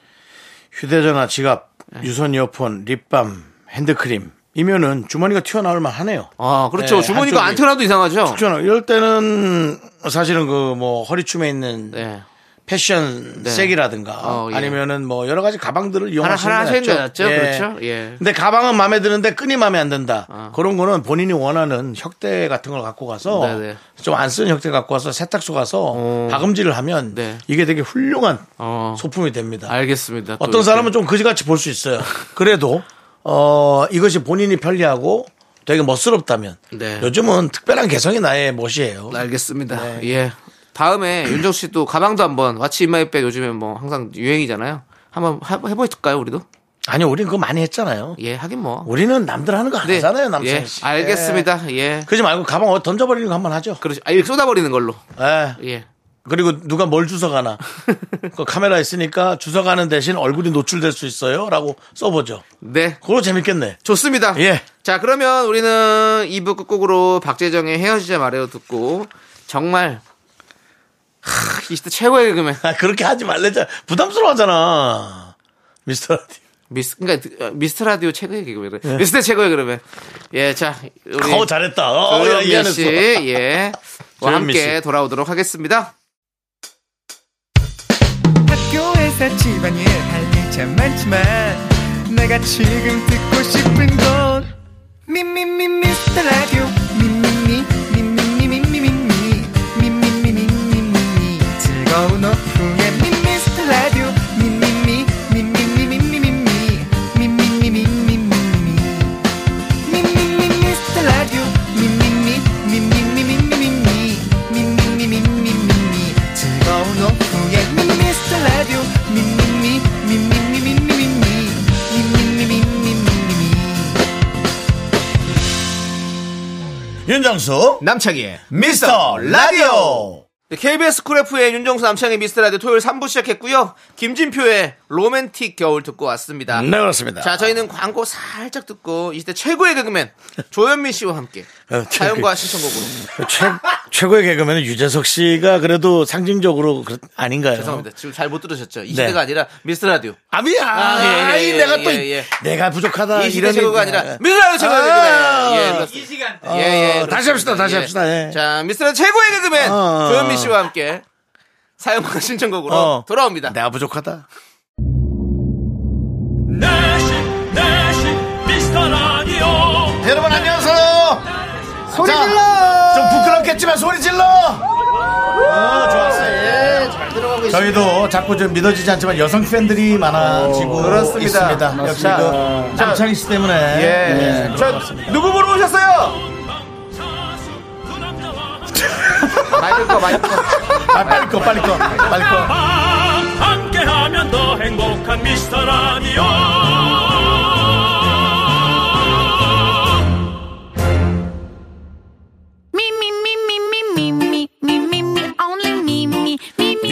휴대전화, 지갑, 예. 유선 이어폰, 립밤, 핸드크림 이면은 주머니가 튀어나올 만하네요. 아, 그렇죠. 네, 주머니가 한쪽이. 안 튀어나와도 이상하죠. 그렇잖아. 이럴 때는 사실은 그 뭐 허리춤에 있는 네. 패션 네. 색이라든가 어, 예. 아니면은 뭐 여러 가지 가방들을 이용하시는 하나 하시는 게 게 낫죠. 그렇죠. 예. 근데 가방은 마음에 드는데 끈이 마음에 안 든다. 아. 그런 거는 본인이 원하는 혁대 같은 걸 갖고 가서 네네. 좀 안 쓰는 혁대 갖고 와서 세탁소 가서 어. 박음질을 하면 네. 이게 되게 훌륭한 어. 소품이 됩니다. 알겠습니다. 또 어떤 사람은 이렇게. 좀 거지같이 볼 수 있어요. 그래도 어 이것이 본인이 편리하고 되게 멋스럽다면 네. 요즘은 특별한 개성이 나의 멋이에요. 알겠습니다. 네. 예. 다음에 윤정수 씨도 가방도 한번 왓츠 인마이백 요즘에 뭐 항상 유행이잖아요. 한번 해- 해볼까요, 우리도? 아니 우린 그거 많이 했잖아요. 예, 하긴 뭐. 우리는 남들 하는 거 안 하잖아요, 남창희 예, 씨. 네. 알겠습니다. 예. 그러지 말고 가방 어디 던져버리는 거 한번 하죠. 그렇죠. 아, 이렇게 쏟아버리는 걸로. 예. 예. 그리고 누가 뭘 주워가나. 그 카메라 있으니까 주워가는 대신 얼굴이 노출될 수 있어요. 라고 써보죠. 네. 그거 재밌겠네. 좋습니다. 예. 자, 그러면 우리는 2부 끝곡으로 박재정의 헤어지자 말해요 듣고 정말 하, 이 시대 최고의 개그맨 아, 그렇게 하지 말래자. 부담스러워하잖아. 미스터 라디오. 미스 그러니까 미스터 라디오 최고의 개그맨 네. 미스터 최고의 개그맨 예자 우리 어, 잘했다. 어, 야, 네. 조현미 미안했어. 씨 예. 와 조현미 함께 씨. 돌아오도록 하겠습니다. 학교에서 집안일 할 일 참 많지만 내가 지금 듣고 싶은 건 미미미 미스터 라디오 미미미 미미미 미미미 미미미 미미미 즐거운 오후에 미스터 라디오 미미미 미미미 미미미 미미미 미미미 윤정수. 남창희의 미스터 라디오. KBS 쿨 FM의 윤정수 남창희 미스터 라디오 토요일 3부 시작했고요. 김진표의 로맨틱 겨울 듣고 왔습니다. 네, 그렇습니다. 자, 저희는 광고 살짝 듣고 이때 최고의 개그맨 조현민 씨와 함께 어, 최고의- 사연과 신청곡으로 최, 최고의 개그맨은 유재석 씨가 그래도 상징적으로 그- 아닌가요? 죄송합니다. 지금 잘 못 들으셨죠? 이 네. 시대가 아니라 미스터 라디오. 아비야, 아, 예, 예, 아이, 예, 내가 예, 또 예. 내가 부족하다. 이 시대 이런 최고가 얘기야. 아니라 미스터 라디오 최고의 아. 개그맨. 예, 그렇습니다. 이 시간. 예, 예. 어, 다시 합시다, 다시 예. 합시다. 예. 자, 미스터 라디오 최고의 개그맨 어. 조현민 씨와 함께 사연과 신청곡으로 어. 돌아옵니다. 내가 부족하다. 내시 내시 미스터 라디오 여러분 안녕하세요. 소리 질러. 좀 부끄럽겠지만 소리 질러. 어, 좋았어요. 예, 잘 들어가고 저희도 자꾸 좀 믿어지지 않지만 여성 팬들이 많아지고 그렇습니다. 있습니다. 역시 그 남창희 씨 때문에. 예. 예. 저 누구 보러 오셨어요? 그 마이크 꺼, 마이크 꺼. 아, 빨리 꺼, 빨리 꺼, 빨리 꺼. 함께하면 더 행복한 미스터 라디오 Me, me, me, me, me, me, me, me, me, me, only me, me, me, me.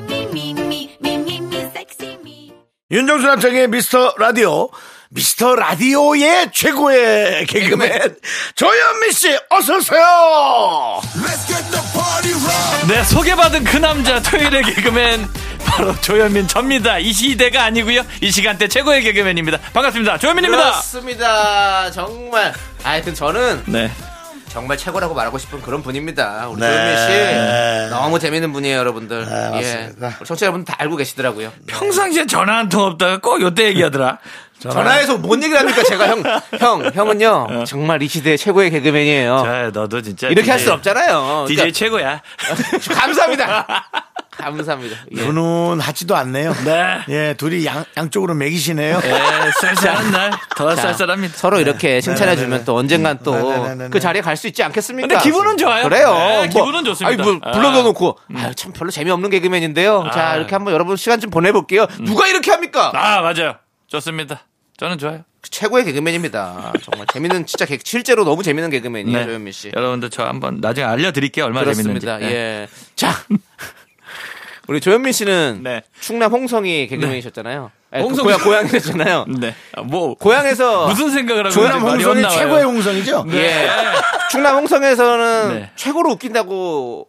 윤정수 남창의 미스터 라디오 미스터 라디오의 최고의 개그맨 조현민 씨 어서 오세요 네, 소개받은 그 남자 토요일의 개그맨 바로 조현민 접니다. 이 시대가 아니고요. 이 시간대 최고의 개그맨입니다. 반갑습니다. 조현민입니다. 그렇습니다. 정말. 하여튼 저는 네. 정말 최고라고 말하고 싶은 그런 분입니다. 우리 네. 조현민 씨. 너무 재밌는 분이에요, 여러분들. 예. 맞습니다. 네. 우리 청취자분들 다 알고 계시더라고요. 평상시에 전화 한 통 없다가 꼭 요때 얘기하더라. 전화해서 뭔 얘기를 합니까, 제가 형. 형, 네. 형은요. 정말 이 시대 최고의 개그맨이에요. 자, 아, 너도 진짜 이렇게 할 DJ 수 없잖아요. DJ 최고야. 그러니까 감사합니다. 감사합니다. 예. 분은 하지도 않네요. 네. 예, 둘이 양, 양쪽으로 매기시네요. 예, 쌀쌀한 날, 더 자, 쌀쌀합니다. 서로 네. 이렇게 칭찬해주면 또 언젠간 또 네네네네. 그 자리에 갈 수 있지 않겠습니까? 근데 기분은 좋아요. 그래요. 네, 기분은 좋습니다. 아니, 뭐, 아. 불러놓고, 아유, 참 별로 재미없는 개그맨인데요. 자, 아. 음. 이렇게 한번 여러분 시간 좀 보내볼게요. 누가 이렇게 합니까? 그 아, 맞아요. 좋습니다. 저는 좋아요. 최고의 개그맨입니다. 정말 재밌는, 진짜 개- 실제로 너무 재밌는 개그맨이에요, 조현민 씨. 여러분들 저 한번 나중에 알려드릴게요. 얼마나 네. 그렇습니다. 네. 재밌는지. 네. 예. 자, 우리 조현민 씨는 네. 충남 홍성이 개그맨이셨잖아요. 네. 아니, 홍성- 고양, 고양이셨잖아요. 네. 아, 뭐, 고향에서 무슨 생각을 하고 조남 있는지 말이 홍성이 없나봐요. 최고의 홍성이죠? 예. 충남 홍성에서는 네. 최고로 웃긴다고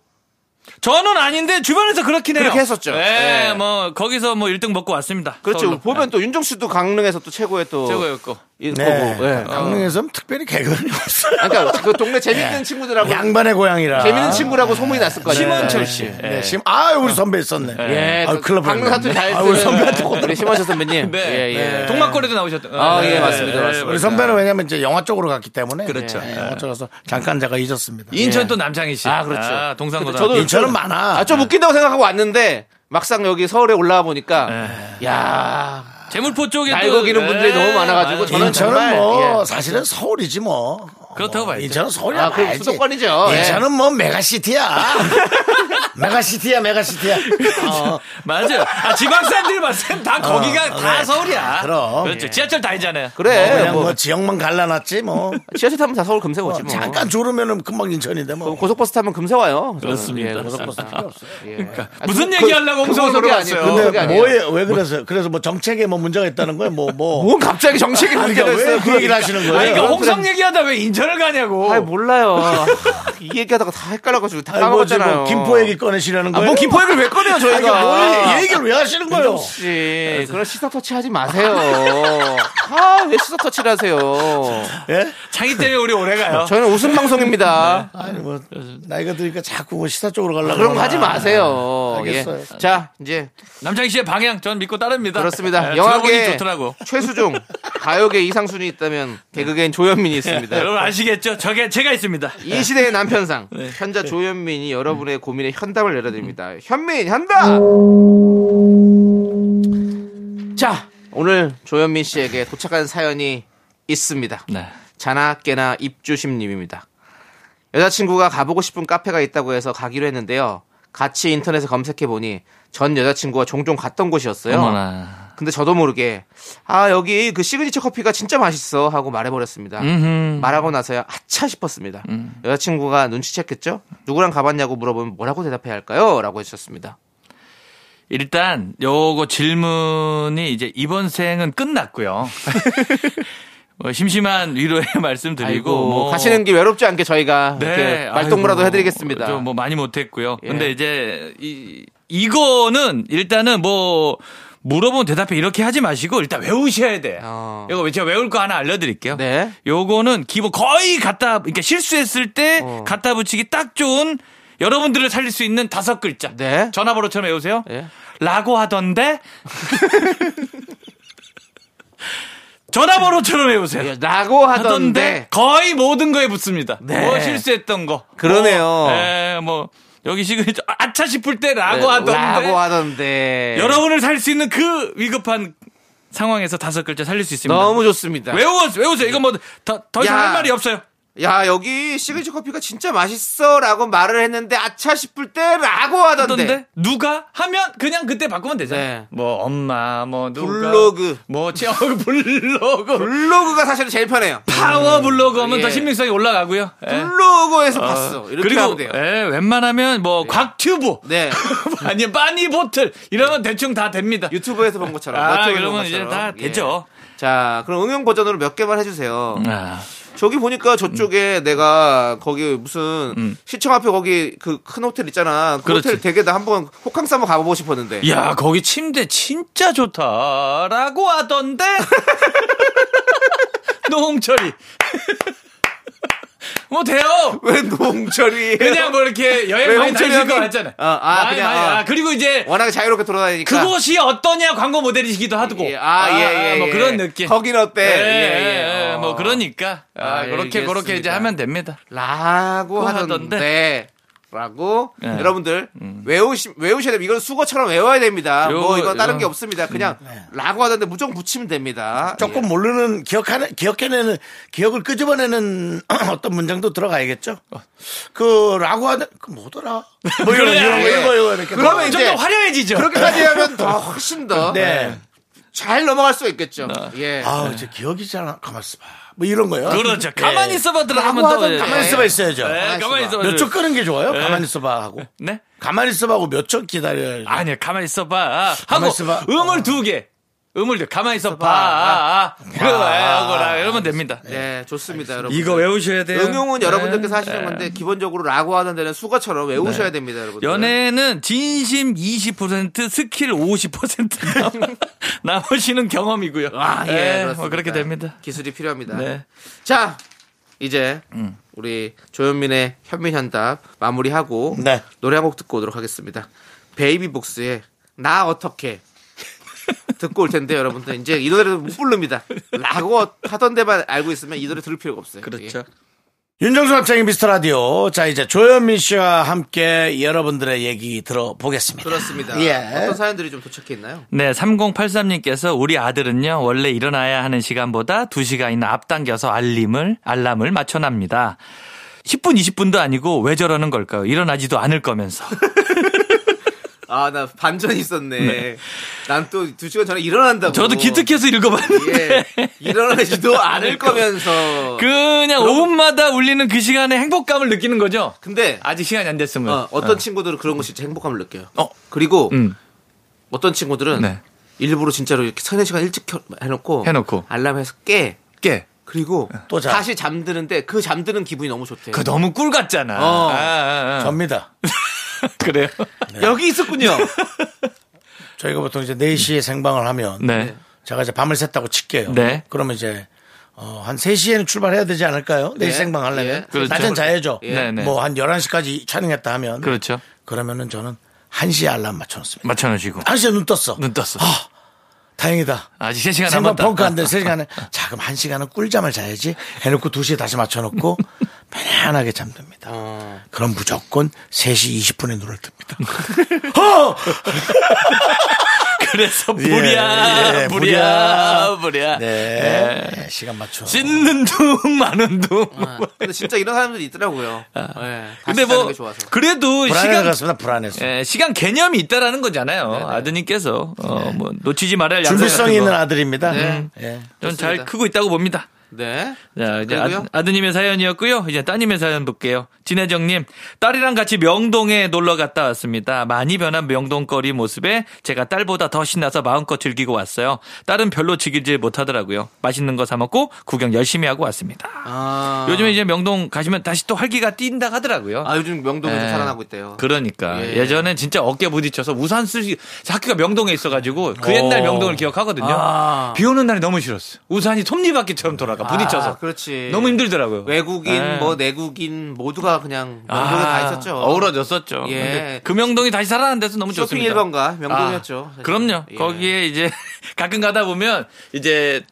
저는 아닌데 주변에서 그렇긴 해요. 그렇게 했었죠. 예, 예. 뭐 거기서 뭐 1등 먹고 왔습니다. 그렇죠. 서울로. 보면 또 윤정 씨도 강릉에서 또 최고의 또 네, 최고였고. 일 네. 거고. 예. 강릉에서는 특별히 개그는 없어요. 그러니까 그 동네 재밌는 친구들하고 양반의 고향이라. 재밌는 친구라고 소문이 났을 거예요. 심원철 씨. 네, 심, 아, 우리 선배 있었네. 예. 아, 클럽 강릉 사투리 잘 아, 우리 쓰는 선배한테 고 우리 심원철 선배님. 네. 예, 예. 동막거리도 나오셨던. 네. 아, 예, 맞습니다, 맞습니다. 예. 우리 선배는 왜냐면 이제 영화 쪽으로 갔기 때문에. 그렇죠. 예, 영화 쪽에서 잠깐 제가 잊었습니다. 예. 인천 또 남창희 씨. 아, 그렇죠. 동산고등. 저도 인천은 많아. 아, 좀 웃긴다고 생각하고 왔는데 막상 여기 서울에 올라와 네. 보니까 야, 재물포 쪽에 또- 날고기는 예. 분들이 너무 많아가지고 저는 정말 인천은 뭐 예. 사실은 서울이지 뭐. 그렇다고 뭐, 봐야죠. 인천은 서울이 아, 그럼 수도권이죠. 예. 인천은 뭐 메가시티야. 메가시티야, 메가시티야. 그렇죠. 어, 맞아요. 아, 지방 사람들이 봤을 땐 다 거기가 어, 다 네. 서울이야. 그럼. 그렇죠. 지하철 다니잖아요. 아, 예. 그래. 그냥 뭐, 뭐, 지역만 갈라놨지 뭐. 지하철 타면 다 서울 금세 뭐, 오지 뭐. 잠깐 졸으면은 금방 인천인데 뭐. 고속버스 타면 금세 와요. 저는. 그렇습니다. 예, 고속버스 필요 없어요. 예. 그러니까 아, 무슨 그- 얘기 하려고 그- 홍성으로 그거 소리 왔어요. 아니에요. 그거 소리 근데 아니에요. 뭐에 왜 그래서 그래서 뭐 정책에 뭐 문제가 있다는 거예요? 뭐 뭐. 뭔 갑자기 정책이 아니, 문제가 그러니까 있어요? 왜그 얘기를 하시는 거예요? 아니, 그러니까 그럼 홍성 얘기하다 왜 인천을 가냐고. 아 몰라요. 이 얘기하다가 다 헷갈려가지고 다 아니, 뭐 지금 까먹었잖아요. 김포 얘기 꺼내시려는 아, 거예요? 뭐 김포 얘기를 왜 꺼내요 아니, 뭐 그러니까 저희가? 뭘 얘- 얘기를 왜 하시는 거예요? 아, 씨, 그런 시사 터치 하지 마세요. 아, 왜 시사 터치를 하세요? 예? 장희 때문에 우리 오래 가요. 저희는 웃음 방송입니다. 아니 뭐 나이가 드니까 자꾸 뭐 시사 쪽으로 가려고 그런 거 하지 그러나. 마세요. 알겠어요. 예. 자, 이제 남창희 씨의 방향 전 믿고 따릅니다. 그렇습니다. 예, 영화계 들어보니 좋더라고. 최수종, 가요계 이상순이 있다면 개그계엔 조현민이 네, 있습니다. 여러분 아시겠죠? 저게 제가 있습니다. 이 시대의 남편상 네. 현자 조현민이 음. 여러분의 고민에 현답을 내려드립니다. 현민 현답. 자 오늘 조현민 씨에게 도착한 사연이 있습니다. 네. 자나깨나 입주심님입니다. 여자친구가 가보고 싶은 카페가 있다고 해서 가기로 했는데요. 같이 인터넷에 검색해 보니 전 여자친구가 종종 갔던 곳이었어요. 어머나. 근데 저도 모르게 아 여기 그 시그니처 커피가 진짜 맛있어 하고 말해버렸습니다. 말하고 나서야 아차 싶었습니다. 음. 여자친구가 눈치챘겠죠? 누구랑 가봤냐고 물어보면 뭐라고 대답해야 할까요? 라고 해주셨습니다. 일단 요거 질문이 이제 이번 생은 끝났고요. 뭐 심심한 위로의 말씀 드리고 아이고 뭐 가시는 길 외롭지 않게 저희가 네, 이렇게 말동무라도 아이고, 해드리겠습니다. 저뭐 많이 못했고요. 예. 근데 이제 이 이거는 일단은 뭐 물어본 대답에 이렇게 하지 마시고 일단 외우셔야 돼. 어. 요 이거 제가 외울 거 하나 알려드릴게요. 네. 요거는 기본 거의 갖다 그러니까 실수했을 때 어. 갖다 붙이기 딱 좋은 여러분들을 살릴 수 있는 다섯 글자. 네. 전화번호처럼 외우세요. 예. 라고 하던데. 전화번호처럼 외우세요. 예, 라고 하던데 하던데. 네. 거의 모든 거에 붙습니다. 뭐 실수했던 거. 그러네요. 뭐, 예, 뭐 여기 시그니처 아차 싶을 때라고 하던데. 네, 라고 하던데. 여러분을 살 수 있는 그 위급한 상황에서 다섯 글자 살릴 수 있습니다. 너무 좋습니다. 외워 외우세요. 이건 뭐더더 이상 야. 할 말이 없어요. 야 여기 시그니처 커피가 진짜 맛있어라고 말을 했는데 아차 싶을 때라고 하던데. 하던데 누가 하면 그냥 그때 바꾸면 되잖아요. 네. 뭐 엄마 뭐 누가 블로그. 뭐 제- 어, 블로그 블로그가 사실은 제일 편해요. 파워 블로그 하면 더 예. 아. 신빙성이 올라가고요. 예. 블로그에서 봤어. 이렇게 그리고 하면 돼요. 예, 웬만하면 뭐 곽튜브 네. 예. 아니 빠니 보틀 이러면 대충 다 됩니다. 유튜브에서 본 것처럼. 아, 너쪽에서 그러면 본 이제 것처럼. 다 예. 되죠. 자, 그럼 응용 버전으로 몇 개만 해주세요. 아, 저기 보니까 저쪽에 음. 내가 거기 무슨 시청 앞에 거기 그 큰 호텔 있잖아. 그 그렇지. 호텔 되게 나 한번 호캉스 한번 가보고 싶었는데. 야 거기 침대 진짜 좋다라고 하던데 노홍철이 뭐 돼요. 왜 농철이? 그냥 뭐 이렇게 여행 왜 많이 홍철이 다니실 것 형이- 같잖아요. 어, 아, 그냥, 어. 아, 그리고 이제 워낙에 자유롭게 돌아다니니까. 그곳이 어떠냐 광고 모델이시기도 하고. 예, 아, 예, 예, 아, 뭐 예. 그런 느낌. 거긴 어때? 예, 예, 예. 예, 어. 뭐 그러니까 아, 아, 그렇게 그렇게 이제 알겠습니다. 하면 됩니다. 라고 하던데. 라고 예. 여러분들 외우시 외우셔야 됩니다. 이건 수거처럼 외워야 됩니다. 뭐 요거, 이건 다른 요거. 게 없습니다. 그냥 라고 하던데 무조건 붙이면 됩니다. 예. 조금 모르는 기억하는 기억해내는 기억을 끄집어내는 어떤 문장도 들어가야겠죠. 그라고 하는 그 뭐더라. 뭐 이런 그래, 이런 거 예. 이런 거 이런 거 이렇게. 그러면 좀 이제 더 화려해지죠. 그렇게까지 하면 더 훨씬 더 잘 네. 넘어갈 수 있겠죠. 예. 아우 제 기억이잖아. 가만있어 봐. 뭐 이런 거요. 그렇죠. 가만히 있어봐 들어가면 라고 더. 하던데. 가만히 있어봐 있어야죠. 예, 가만히 있어봐. 몇 초 끄는 게 좋아요? 가만히 있어봐 하고. 네? 가만히 있어봐 하고 몇 초 기다려야죠. 아니야 가만히 있어봐. 하고 가만히 있어봐. 음을 두 개. 음을 두 개. 가만히 있어봐. 그거라 이러면 됩니다. 네, 좋습니다, 여러분. 이거 외우셔야 돼요. 응용은 네. 여러분들께서 하시는 건데 기본적으로 라고 하던 데는 수거처럼 외우셔야 됩니다, 여러분. 연애는 진심 20% 스킬 50% 남- 남으시는 경험이고요. 아, 예, 예, 그렇습니다. 뭐 그렇게 됩니다. 기술이 필요합니다. 네. 음. 자, 이제 우리 조현민의 현민현답 마무리하고 네. 노래 한 곡 듣고 오도록 하겠습니다. 베이비복스의 나 어떻게 듣고 올 텐데 여러분들 이제 이 노래를 못 부릅니다. 라고 하던 데만 알고 있으면 이 노래 들을 필요가 없어요. 그렇죠. 예. 윤정수 합창의 미스터 라디오. 자, 이제 조현민 씨와 함께 여러분들의 얘기 들어보겠습니다. 그렇습니다. 예. 어떤 사연들이 좀 도착해 있나요? 네, 3083님께서 우리 아들은요, 원래 일어나야 하는 시간보다 2시간이나 앞당겨서 알림을, 알람을 맞춰납니다. 10분, 20분도 아니고 왜 저러는 걸까요? 일어나지도 않을 거면서. 아, 나 반전이 있었네. 난 또 두 시간 전에 일어난다고. 저도 기특해서 읽어봤는데. 예. 일어나지도 않을 거면서. 그냥 5분마다 울리는 그 시간에 행복감을 느끼는 거죠? 근데 아직 시간이 안 됐으면. 어, 어떤 친구들은 그런 거 진짜 행복감을 느껴요. 어. 그리고 음. 어떤 친구들은 네. 일부러 진짜로 이렇게 서너 시간 일찍 켜- 해놓고 해놓고. 알람해서 깨 깨. 어. 그리고 또 자. 다시 잠드는데 그 잠드는 기분이 너무 좋대요. 그 너무 꿀 같잖아. 어. 아, 아, 아. 접니다. 그래요? 네. 여기 있었군요. 네. 저희가 보통 이제 4시에 생방을 하면 네. 제가 이제 밤을 샜다고 칠게요. 네. 그러면 이제 어, 한 3시에는 출발해야 되지 않을까요? 4시 네. 생방 예. 하려면. 그렇죠. 낮엔 자야죠. 예. 네, 네. 뭐 한 11시까지 촬영했다 하면. 그렇죠. 그러면은 저는 1시에 알람 맞춰놓습니다. 맞춰놓으시고. 1시에 눈 떴어. 눈 떴어. 아, 다행이다. 아직 3시간 생방 남았다. 펑크 안 돼. 3시간에. 자, 그럼 1시간은 꿀잠을 자야지. 해놓고 2시에 다시 맞춰놓고 편안하게 잠듭니다. 그럼 무조건 3시 20분에 눈을 뜹니다. 어! 그래서 예, 부랴, 부랴, 예, 부랴. 부랴. 네. 예. 네, 시간 맞춰. 씻는 둥, 마는 둥. 아. 근데 진짜 이런 사람들이 있더라고요. 예, 다시 근데 자는 뭐, 게 좋아서. 그래도 불안해서 시간, 갔습니다. 불안해서. 예, 시간 개념이 있다라는 어, 거잖아요. 아드님께서, 어, 뭐, 놓치지 예, 말아야 할 준비성이 있는 아들입니다. 네. 예. 전잘 좋습니다. 크고 있다고 봅니다. 네. 자, 이제 그리고요? 아, 드님의 사연이었고요. 이제 따님의 사연 볼게요. 진혜정님, 딸이랑 같이 명동에 놀러 갔다 왔습니다. 많이 변한 명동거리 모습에 제가 딸보다 더 신나서 마음껏 즐기고 왔어요. 딸은 별로 즐기지 못하더라고요. 맛있는 거 사먹고 구경 열심히 하고 왔습니다. 아, 요즘에 이제 명동 가시면 다시 또 활기가 뛴다 하더라고요. 아, 요즘 명동에서 예. 살아나고 있대요. 그러니까 예. 예. 전엔 진짜 어깨 부딪혀서 우산 쓰시 학교가 어. 명동에 있어가지고 그 옛날 명동을 기억하거든요. 비 오는 날이 너무 싫었어. 요 우산이 톱니바퀴처럼 돌아가. 하니까 부딪혀서 아, 그렇지. 너무 힘들더라고요. 외국인 네. 뭐 내국인 모두가 그냥 아, 명동에 다 있었죠. 아, 어우러졌었죠. 예. 네. 근데 그 명동이 다시 살아난 데서 너무 쇼핑 좋습니다. 1번가 명동이었죠. 아, 사실. 그럼요. 예. 거기에 이제 가끔 가다 보면 이제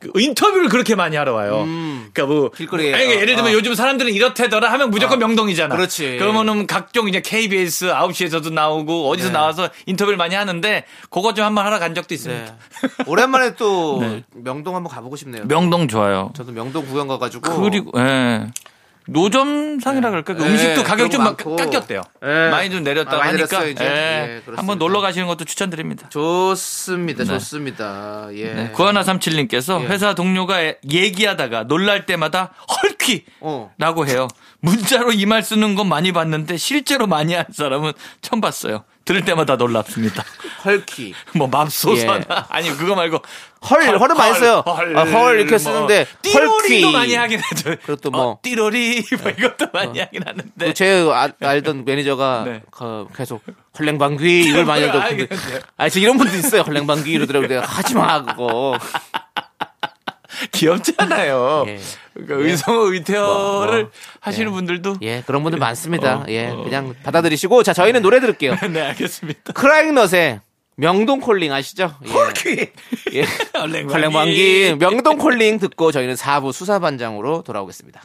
그 인터뷰를 그렇게 많이 하러 와요. 그러니까 뭐 음. 길거리에. 아니, 어, 예를 들면 어. 요즘 사람들은 이렇대더라 하면 무조건 명동이잖아. 그렇지. 그러면은 각종 이제 KBS 9시에서도 나오고 어디서 네. 나와서 인터뷰를 많이 하는데 그거 좀 한번 하러 간 적도 있습니다. 네. 오랜만에 또 아. 네. 명동 한번 가보고 싶네요. 명동 좋아요. 저도 명동 구경 가가지고 그리고 예. 노점상이라 그럴까? 그 예, 음식도 가격 좀 막 그런 거 많고. 깎였대요. 예. 많이 좀 내렸다 아, 많이 하니까 내렸어요, 이제. 예, 예. 그렇습니다. 한번 놀러 가시는 것도 추천드립니다. 좋습니다, 네. 좋습니다. 예. 네. 구하나삼칠님께서 예. 회사 동료가 애- 얘기하다가 놀랄 때마다 헐퀴! 어. 라고 해요. 문자로 이 말 쓰는 건 많이 봤는데 실제로 많이 한 사람은 처음 봤어요. 들을 때마다 놀랍습니다. 헐키. 뭐 맙소사나 예. 아니 그거 말고 헐, 헐은 많이 써요. 헐, 아, 헐 이렇게 뭐, 쓰는데 띠로리도 헐퀴. 많이 하긴 하죠. 그것도 뭐. 어. 어, 띠로리 뭐 이것도 많이 하긴 하는데 제 아- 알던 매니저가 네. 그 계속 헐랭방귀 이걸 많이 하더라고. 근데 알겠어요. 아, 저 이런 분도 있어요. 헐랭방귀 이러더라고. 내가 하지 마 그거. 어. 귀엽잖아요. 예. 그러니까 의성어 의태어를 뭐, 뭐. 하시는 예. 분들도 예, 그런 분들 많습니다. 예, 그냥 받아들이시고 자, 저희는 노래 들을게요. 네 알겠습니다. 크라잉넛의 명동 콜링 아시죠? 예. 헐키. 예. 얼랭방귀. 관령방기 명동 콜링 듣고 저희는 4부 수사반장으로 돌아오겠습니다.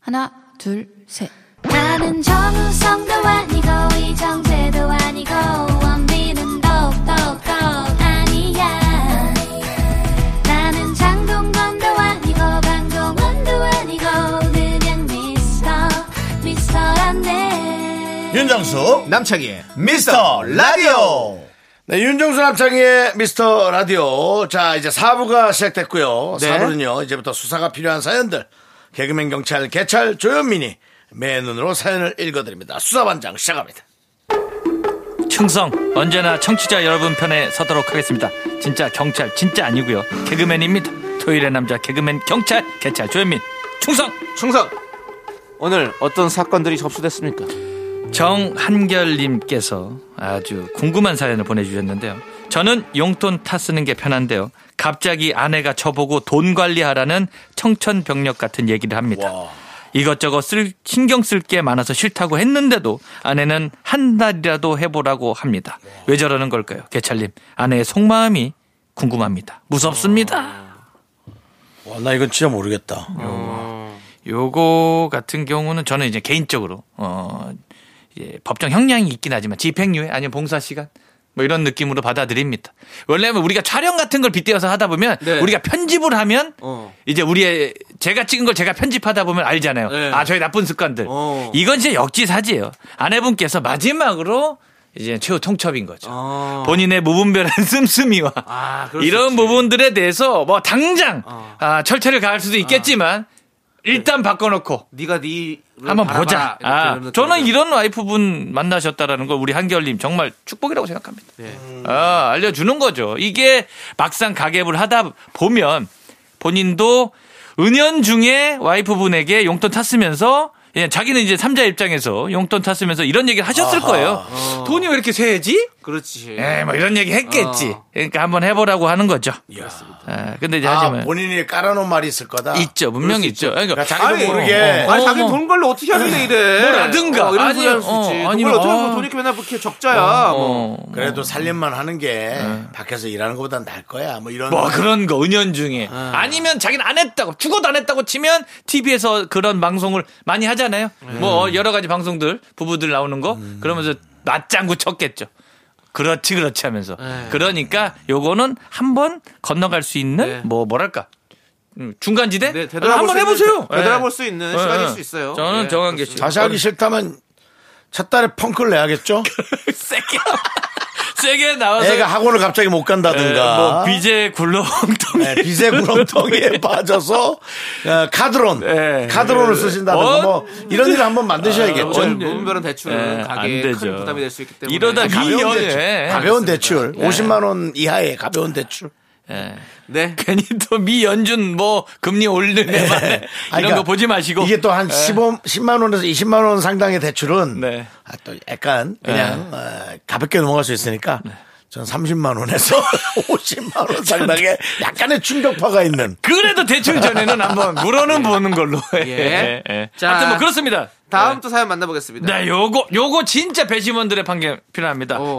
하나, 둘, 셋. 나는 정우성도 아니고 이정재도 아니고 원빈은 더욱더 아니야 나는 장동건도 아니고 방종원도 아니고 그냥 미스터 미스터란데 윤정수 남창희의 미스터 라디오. 네, 윤정수 남창희의 미스터 라디오. 자, 이제 4부가 시작됐고요. 네. 사 4부는요, 이제부터 수사가 필요한 사연들. 개그맨 경찰 개찰 조현민이 매 눈으로 사연을 읽어드립니다. 수사반장 시작합니다. 충성 언제나 청취자 여러분 편에 서도록 하겠습니다. 진짜 경찰 진짜 아니고요. 개그맨입니다. 토요일의 남자 개그맨 경찰 개찰 조현민 충성 충성! 오늘 어떤 사건들이 접수됐습니까? 정한결님께서 아주 궁금한 사연을 보내주셨는데요. 저는 용돈 타 쓰는 게 편한데요. 갑자기 아내가 저보고 돈 관리하라는 청천벽력 같은 얘기를 합니다. 이것저것 쓸, 신경 쓸 게 많아서 싫다고 했는데도 아내는 한 달이라도 해보라고 합니다. 왜 저러는 걸까요? 개찰님, 아내의 속마음이 궁금합니다. 무섭습니다. 와, 나 이건 진짜 모르겠다. 어. 요거 같은 경우는 저는 이제 개인적으로 어 예, 법정 형량이 있긴 하지만 집행유예 아니면 봉사 시간 뭐 이런 느낌으로 받아들입니다. 원래는 우리가 촬영 같은 걸 빗대어서 하다 보면 네. 우리가 편집을 하면 어. 이제 우리의 제가 찍은 걸 제가 편집하다 보면 알잖아요. 네. 아 저의 나쁜 습관들. 어. 이건 진짜 역지사지예요. 아내분께서 마지막으로 이제 최후 통첩인 거죠. 어. 본인의 무분별한 씀씀이와 아, 그럴 수 이런 있지. 부분들에 대해서 뭐 당장 어. 아, 철퇴를 가할 수도 있겠지만 일단 바꿔놓고 네가 네 한번 보자. 아, 저는 이런 와이프분 만나셨다라는 걸 우리 한결님 정말 축복이라고 생각합니다. 네. 아, 알려주는 거죠. 이게 막상 가계부를 하다 보면 본인도 은연 중에 와이프분에게 용돈 탔으면서 예, 자기는 이제 삼자 입장에서 용돈 탔으면서 이런 얘기를 하셨을 거예요. 어. 돈이 왜 이렇게 세지? 그렇지. 예, 뭐 이런 얘기 했겠지. 어. 그러니까 한번 해보라고 하는 거죠. 이야. 아, 근데 이제 아, 하지만 본인이 깔아놓은 말이 있을 거다. 있죠. 분명히 있죠. 그러니까 그러니까 자기도 아니, 모르게. 어, 어. 아니 자기 어머. 돈 관리 어떻게 하길래 이래? 뭐라든가. 어, 이런 아니면, 소리 할수 어, 있지. 돈 아니면, 관리 어떻게 어. 하면 돈이 맨날 그렇게 적자야. 뭐. 어, 그래도 살림만 하는 게 네. 밖에서 일하는 것보단 나을 거야. 뭐 이런. 뭐 그런 거 은연중에 어. 아니면 자기는 안 했다고 죽어도 안 했다고 치면 TV에서 그런 방송을 많이 하잖아요. 네. 뭐 여러 가지 방송들 부부들 나오는 거 음. 그러면서 맞장구 쳤겠죠. 그렇지 그렇지 하면서 네. 그러니까 요거는 한번 건너갈 수 있는 네. 뭐 뭐랄까 음, 중간지대 네, 되돌아볼 한번 수 있는- 해보세요. 되돌아볼 예. 수 있는 예, 시간일 예. 수 있어요. 저는 예, 정한계 씨 다시 하기 싫다면 첫 달에 펑크를 내야겠죠? 세게 세게 나와서 애가 학원을 갑자기 못 간다든가. 예, 뭐 비제 굴렁텅이 네, 비세 구렁텅이에 빠져서 어, 카드론, 예. 카드론을 쓰신다든가 뭐 이런 일을 한번 만드셔야겠죠. 원- 무분별한 아, 대출은 예, 안 가게에 되죠. 큰 부담이 될 수 있기 때문에 이러다 미- 어, 가벼운 미연에. 대출, 예, 가벼운 대출, 50만 원 이하의 가벼운 대출. 네. 괜히 또 미 연준 뭐 금리 오르는 애만 이런 아니, 거 그러니까 보지 마시고 이게 또 한 15, 10만 원에서 20만 원 상당의 대출은 네. 예. 아, 또 약간 그냥 어, 가볍게 넘어갈 수 있으니까 전 30만 원에서 50만 원 상당의 약간의 충격파가 있는 그래도 대충 전에는 한번 물어는 보는 걸로. 예. 예. 자. 하여튼 뭐 그렇습니다. 다음 또 사연 만나보겠습니다. 네, 요거, 요거 진짜 배심원들의 판결 필요합니다. 오.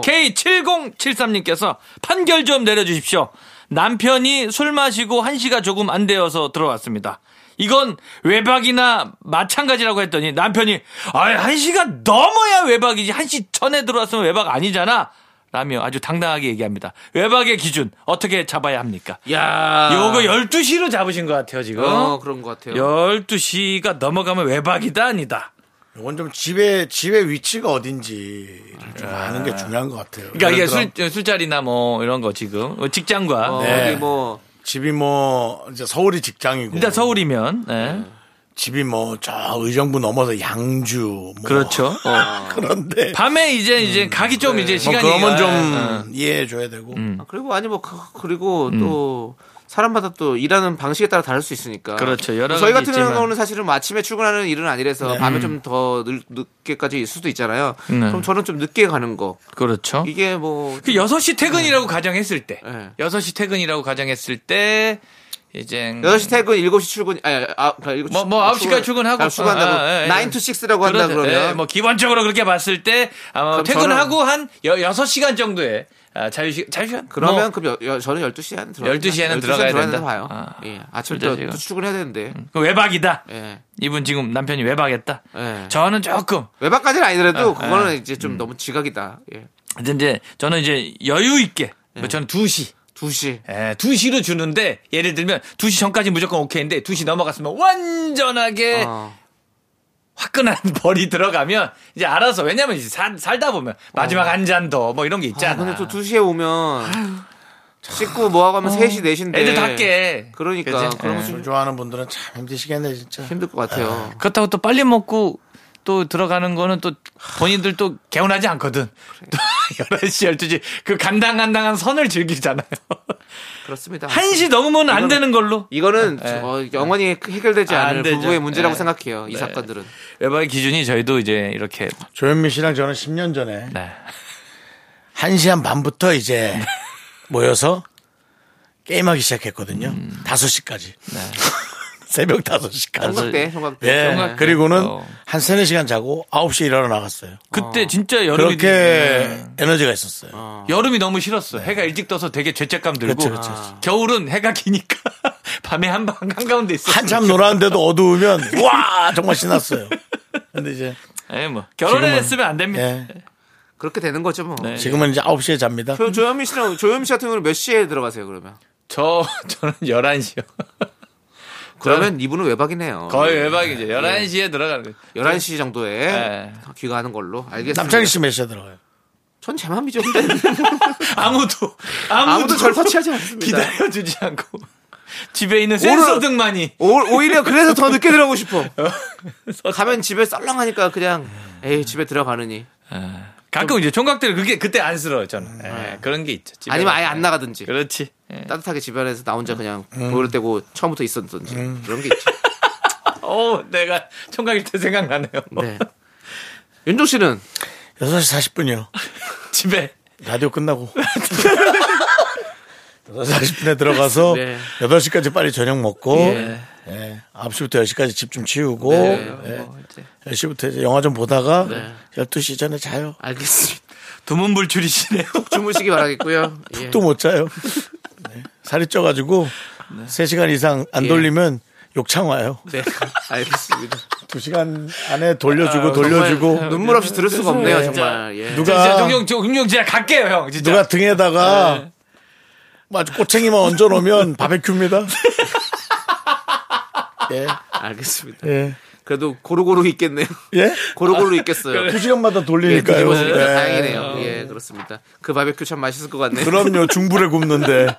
K7073님께서 판결 좀 내려주십시오. 남편이 술 마시고 한시가 조금 안 되어서 들어왔습니다. 이건 외박이나 마찬가지라고 했더니 남편이 아이 한시가 넘어야 외박이지 한시 전에 들어왔으면 외박 아니잖아 라며 아주 당당하게 얘기합니다. 외박의 기준 어떻게 잡아야 합니까? 야 요거 12시로 잡으신 것 같아요 지금. 어, 그런 것 같아요. 12시가 넘어가면 외박이다 아니다. 이건 좀 집에 집의 위치가 어딘지 좀 아는 게 중요한 것 같아요. 그러니까 이게 예를 들어 술, 술자리나 뭐 이런 거 지금 어, 직장과 어, 네. 어디 뭐 집이 뭐 이제 서울이 직장이고 일단 네. 서울이면 예. 네. 집이 뭐 저 의정부 넘어서 양주 뭐 그렇죠. 어. 그런데 밤에 이제 음. 이제 가기 좀 네. 이제 뭐 시간이 음. 그러면 좀 어. 이해해 줘야 되고 아, 그리고 아니 뭐 그- 그리고 음. 또 사람마다 또 일하는 방식에 따라 다를 수 있으니까. 그렇죠. 여러 뭐 저희 같은 가지 있지만. 네. 음. 경우는 사실은 뭐 아침에 출근하는 일은 아니라서 밤에 좀 더 늦게까지 있을 수도 있잖아요. 그럼 저는 좀 늦게 가는 거. 그렇죠. 이게 뭐 그 6시 퇴근이라고 가정했을 때 네. 6시 퇴근이라고 가정했을 때 이제 여섯 시 퇴근, 일곱 시 출근, 아니, 아, 아, 일곱 시 뭐, 뭐, 아홉 시까지 출근하고. 아, 아, 예, 예. 출근한다고. 나인 투 식스라고 한다 그러죠. 예, 그러면. 뭐 기본적으로 그렇게 봤을 때 아마 그럼 퇴근하고 한 여, 6시간 정도의 아, 자유시 자유시간 그러면 그 여, 여, 저는 12시에 안 들어가. 뭐, 12시 에는 들어가야 된다. 봐요. 아. 예. 아침에 진짜 또, 지금. 또 출근해야 되는데. 뭐 외박이다. 예. 이분 지금 남편이 외박했다. 예. 저는 음. 조금 외박까지는 아니더라도 그거는 이제 좀 너무 지각이다. 예. 근데 이제 저는 이제 여유 있게 네. 뭐 저는 2시 2시. 예, 2시로 주는데 예를 들면 2시 전까지 무조건 오케이인데 2시 넘어갔으면 완전하게 어. 화끈한 벌이 들어가면 이제 알아서 왜냐면 이제 사- 살다 보면 마지막 한 잔 더 뭐 이런 아, 게 어. 있잖아. 근데 또 2시에 오면 씻고 뭐 하고 하면 3시, 4시인데. 어. 애들 다 깨. 그러니까. 그치? 그런 예. 거좀 술 좋아하는 분들은 참 힘드시겠네 진짜. 힘들 것 같아요. 그렇다고 또 빨리 먹고 또 들어가는 거는 또 본인들 또 개운하지 않거든. 또 11시, 12시 그 간당간당한 선을 즐기잖아요. 그렇습니다. 1시 넘으면 안 이거는- 되는 걸로. 이거는 예. 어, 영원히 해결되지 아, 안 않을 되죠. 부부의 문제라고 예. 생각해요. 이 네. 사건들은. 외박의 기준이 저희도 이제 이렇게 조현미 씨랑 저는 10년 전에 네. 1시 한 반부터 이제 모여서 게임하기 시작했거든요. 음. 5시까지. 네. 새벽 5시까지. 총각 때, 총각 때. 예. 정말 그리고는 어. 한 세네 시간 자고 9시에 일어나 나갔어요. 그때 진짜 여름이 네. 그렇게 에너지가 있었어요. 여름이 너무 싫었어. 해가 일찍 떠서 되게 죄책감 들고 아. 그렇죠, 그렇죠, 그렇죠. 겨울은 해가 기니까 밤에 한방 한가운데 있어. 한참 놀았는데도 어두우면 와 정말 신났어요. 근데 이제 예, 뭐 결혼했으면 안 됩니다. 예. 그렇게 되는 거죠 뭐. 네. 지금은 이제 9시에 잡니다. 조, 조현미 씨랑 조현미 씨 같은 경우는 몇 시에 들어가세요 그러면? 저 저는 11시요. 그러면 이분은 외박이네요. 거의 외박이죠. 11시에 들어가는 거예요. 11시 정도에 예. 귀가하는 걸로 알겠습니다. 남창희 씨 몇 시에 들어가요? 전 제 맘이죠. 근데 아무도 아무도, 아무도 절 터치하지 않습니다. 기다려 주지 않고 집에 있는 센서 등만이 오, 오히려 그래서 더 늦게 들어가고 싶어. 가면 집에 썰렁하니까 그냥 에이 집에 들어가느니 가끔 이제 총각들은 그게 그때 안쓰러워요, 저는. 예, 그런 게 있죠. 집에 아니면 가서. 아예 안 나가든지 그렇지. 예. 따뜻하게 집에 안에서 나 혼자 그냥 보일 때고 처음부터 있었든지 그런 게 있죠. 어, 내가 총각일 때 생각나네요. 네. 윤종 씨는 6시 40분이요. 집에 라디오 끝나고. 6시 40분에 들어가서 네. 8시까지 빨리 저녁 먹고 예. 예. 9시부터 10시까지 집 좀 치우고 네, 예. 10시부터 이제 영화 좀 보다가 네. 12시 전에 자요. 알겠습니다. 두문불출이시네요. 주무시기 바라겠고요. 예. 또 못 자요. 네. 살이 쪄가지고 3시간 이상 안 돌리면 욕창 와요. 예. 네. 알겠습니다. 2시간 안에 아, 돌려주고 돌려주고 눈물 없이 들을 수가 없네요, 진짜. 정말. 예. 진짜 누가 종용, 종용 제가 갈게요, 형. 진짜. 누가 등에다가 아주 꼬챙이만 얹어 놓으면 바베큐입니다. 예. 알겠습니다. 예. 그래도 고루고루 있겠네요. 예? 고루고루 있겠어요. 두 시간마다 예, 돌리니까요. 뒤집어지니까 예. 다행이네요. 예, 그렇습니다. 그 바베큐 참 맛있을 것 같네요. 그럼요. 중불에 굽는데.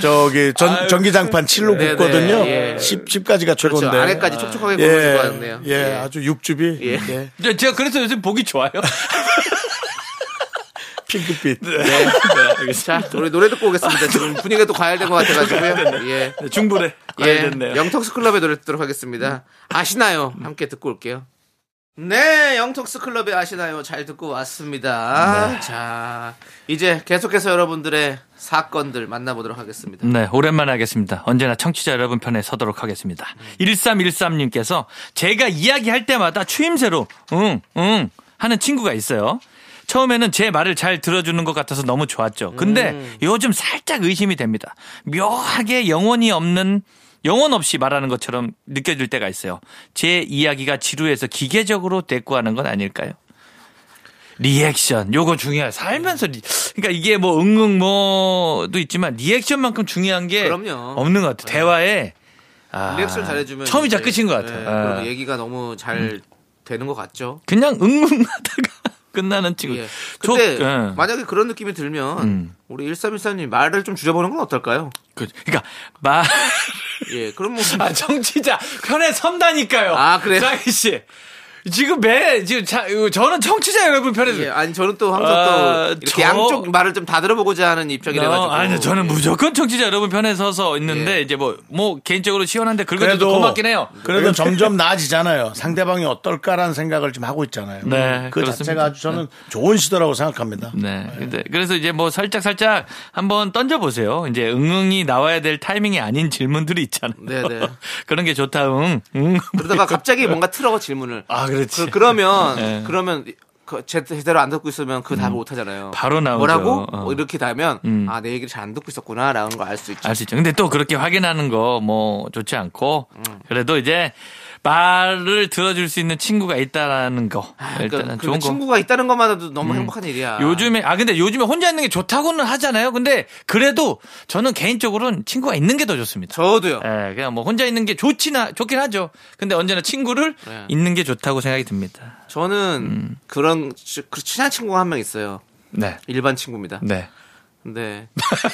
저기 전, 전기장판 칠로 네, 굽거든요. 네, 예. 십 10, 까지가 그렇죠. 최고인데. 아래까지 촉촉하게 구워질것 예, 같네요. 예, 아주 육즙이 예. 예, 저- 제가 그래서 요즘 보기 좋아요. 핑크빛. 네, 자, 우리 노래 듣고 오겠습니다. 지금 분위기가 또 과열된 것 같아가지고요. 예. 네, 중불에 예. 가야 됐네요. 영턱스 클럽의 노래 듣도록 하겠습니다. 아시나요? 함께 듣고 올게요. 네, 영톡스 클럽의 아시나요? 잘 듣고 왔습니다. 네. 자, 이제 계속해서 여러분들의 사건들 만나보도록 하겠습니다. 네, 오랜만에 하겠습니다. 언제나 청취자 여러분 편에 서도록 하겠습니다. 음. 1313님께서 제가 이야기할 때마다 추임새로 응, 응 하는 친구가 있어요. 처음에는 제 말을 잘 들어주는 것 같아서 너무 좋았죠. 근데 음. 요즘 살짝 의심이 됩니다. 묘하게 영혼이 없는 영혼 없이 말하는 것처럼 느껴질 때가 있어요. 제 이야기가 지루해서 기계적으로 대꾸하는 건 아닐까요? 리액션 요거 중요해 살면서 리- 그러니까 이게 뭐 응응 뭐도 있지만 리액션만큼 중요한 게 그럼요. 네. 없는 것 같아 요 대화에 아, 리액션 잘해주면 처음이자 이제, 끝인 것 네, 같아요 음. 그럼 아. 얘기가 너무 잘 되는 것 같죠. 그냥 응응하다가 끝나는 친구 예. 그 저- 근데 예. 만약에 그런 느낌이 들면 음. 우리 1314님 말을 좀 줄여보는 건 어떨까요? 그, 그러니까 마 예, 그럼 뭐 아, 정치자 편에 선다니까요 아, 그래요? 장희 씨 지금 매 지금 자, 이거 저는 청취자 여러분 편에 예, 아니 저는 또 항상 아, 또 이렇게 저- 양쪽 말을 좀 다 들어보고자 하는 입장이라가지고 아니 저는 무조건 청취자 여러분 편에 서서 있는데 예. 이제 뭐 뭐 개인적으로 시원한데 긁어줘도 고맙긴 해요. 네. 그래도 점점 나아지잖아요. 상대방이 어떨까라는 생각을 좀 하고 있잖아요. 네, 그 그렇습니다. 자체가 아주 저는 좋은 시도라고 생각합니다. 네. 근데 그래서 이제 뭐 살짝 살짝 한번 던져 보세요. 이제 응응이 나와야 될 타이밍이 아닌 질문들이 있잖아요. 네, 네. 그런 게 좋다. 응. 응. 그러다가 갑자기 뭔가 틀어 질문을 아, 그렇지. 그, 러면 예. 음. 그러면 그 제- 제대로 안 듣고 있으면 그 답을 못 하잖아요. 바로 나오죠. 뭐라고 어. 이렇게 되면 아 내 얘기를 잘 안 듣고 있었구나라는 걸 알 수 있죠. 알 수 있죠. 근데 또 그렇게 확인하는 거 뭐 좋지 않고 그래도 이제 말을 들어줄 수 있는 친구가 있다라는 거 그러니까 일단은 그 좋은 거. 음. 친구가 있다는 것만으로도 너무 행복한 일이야. 요즘에 아 근데 요즘에 혼자 있는 게 좋다고는 하잖아요. 근데 그래도 저는 개인적으로는 친구가 있는 게 더 좋습니다. 저도요. 예, 그냥 뭐 혼자 있는 게 좋지나 좋긴 하죠. 근데 언제나 친구를 네. 있는 게 좋다고 생각이 듭니다. 저는 음. 그런 치- 그 친한 친구가 한 명 있어요. 네. 일반 친구입니다. 네. 근데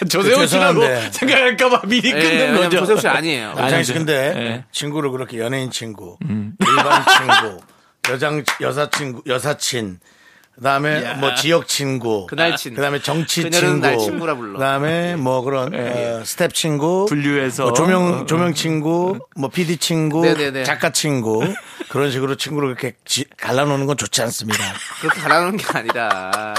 조세호 씨라고 죄송한데. 생각할까봐 미리 예, 끊는 왜냐면 거죠. 조세호 씨 음. 아니에요. 남창희 아니죠. 씨 근데 예. 친구를 그렇게 연예인 친구, 일반 친구, 여장 여사 친구, 여사친. 그다음에 뭐 지역 친구, 그날 친. 그다음에 정치 그녀는 친구, 날 친구라 불러. 예. 그다음에 뭐 그런 어, 스텝 친구, 분류해서. 뭐 조명 조명 친구, 뭐 PD 친구, 어, 네네네. 작가 친구 그런 식으로 친구를 이렇게 지- 갈라놓는 건 좋지 않습니다. 그렇게 가라는 게 아니라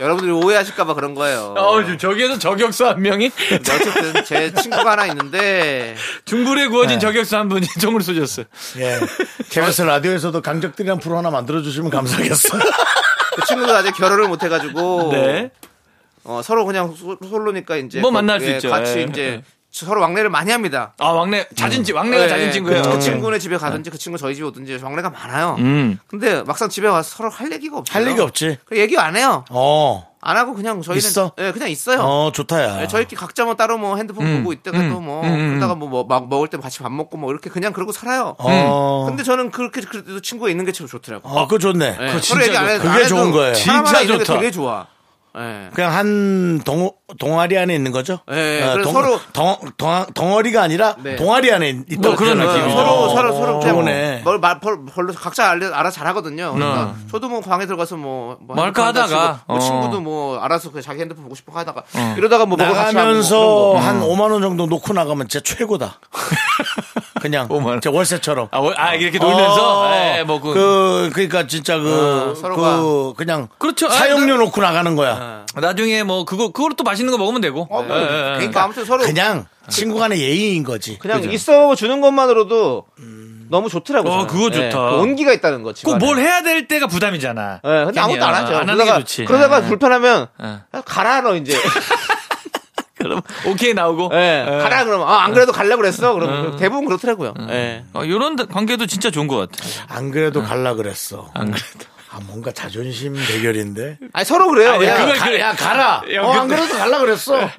여러분들이 오해하실까봐 그런 거예요. 어, 지금 저기에서 저격수 한 명이 근데 어쨌든 제 친구가 하나 있는데 중불에 구워진 저격수 한 분이 종을 쏘셨어요. 예. KBS 라디오에서도 강적들이란 프로 하나 만들어주시면 감사하겠어요. 그 친구가 아직 결혼을 못 해가지고 네. 어, 서로 그냥 소- 솔로니까 이제 뭐 거- 만날 수 예, 있죠. 같이 예. 이제 서로 왕래를 많이 합니다. 아, 왕래 자진 친 왕래가 예, 자진 친구예요. 그, 오케이. 친구네 집에 가든지 그 친구 저희 집에 오든지 왕래가 많아요. 음. 근데 막상 집에 와서 서로 할 얘기가 없어요. 할 얘기 없지. 그 얘기 안 해요. 어, 안 하고 그냥 저희는 있어? 예, 그냥 있어요. 어, 좋다야. 예, 저희끼리 각자 뭐 따로 뭐 핸드폰 음, 보고 이때가 음, 또뭐 음, 음. 그러다가 뭐 막 먹을 때 같이 밥 먹고 뭐 이렇게 그냥 그러고 살아요. 어, 근데 저는 그렇게 그래도 친구가 있는 게 참 좋더라고. 어, 그거 좋네. 예, 그거 서로 얘기 안 해도- 그게 안 해도 좋은 거예요. 사람 하나 진짜 있는 게 좋다. 되게 좋아. 예. 그냥 한 동, 동아리 안에 있는 거죠? 예, 어, 그래서 동, 서로- 덩, 덩, 덩어리가 아니라 네. 동아리 안에 있다. 뭐 그런 느낌이죠. 서로 서로 서로 그냥 좋네. 뭘 말, 벌, 별로 각자 알려, 알아서 잘하거든요. 그러니까 저도 뭐 방에 들어가서 뭐, 뭐 뭐 핸드폰 할까 어. 하다가, 치고, 뭐 어. 친구도 뭐 알아서 그냥 자기 핸드폰 보고 싶어 하다가 이러다가 뭐 먹으러 같이 가고 뭐 나가면서 그런 거. 한 5만원 정도 놓고 나가면 진짜 최고다. 그냥. 5만 원. 제 월세처럼. 아, 월- 아, 이렇게 놀면서 어, 예, 뭐 그, 그, 그러니까 진짜 그, 어, 서로가. 그 그냥 그렇죠. 아, 사용료 그- 놓고 나가는 아. 거야. 나중에 뭐 그거 그걸로 또 맛있는 거 먹으면 되고. 예, 어, 뭐, 네. 그러니까 아무튼 서로 그냥, 그냥 친구 간의 예의인 거지. 있어 주는 것만으로도 너무 좋더라고요. 어, 저는. 그거 좋다. 그 온기가 있다는 거지. 꼭 뭘 해야 될 때가 부담이잖아. 예, 근데 아무것도 안 괜히, 하죠. 어, 안 하는 그러다가, 게 좋지. 그러다가 예. 불편하면 아, 예. 가라 너 이제. 그럼 오케이 나오고. 예. 가라 그러면 아, 안 그래도 가려고 그랬어. 그럼 대부분 그렇더라고요. 예. 어, 이런 관계도 진짜 좋은 것 같아. 안 그래도 갈라 그랬어. 안 그래도. 아 뭔가 자존심 대결인데. 아니 서로 그래요. 아니, 그냥. 그걸 그래. 야 가라. 야, 어, 안 근데- 그래도 갈라 예. 그랬어. 야,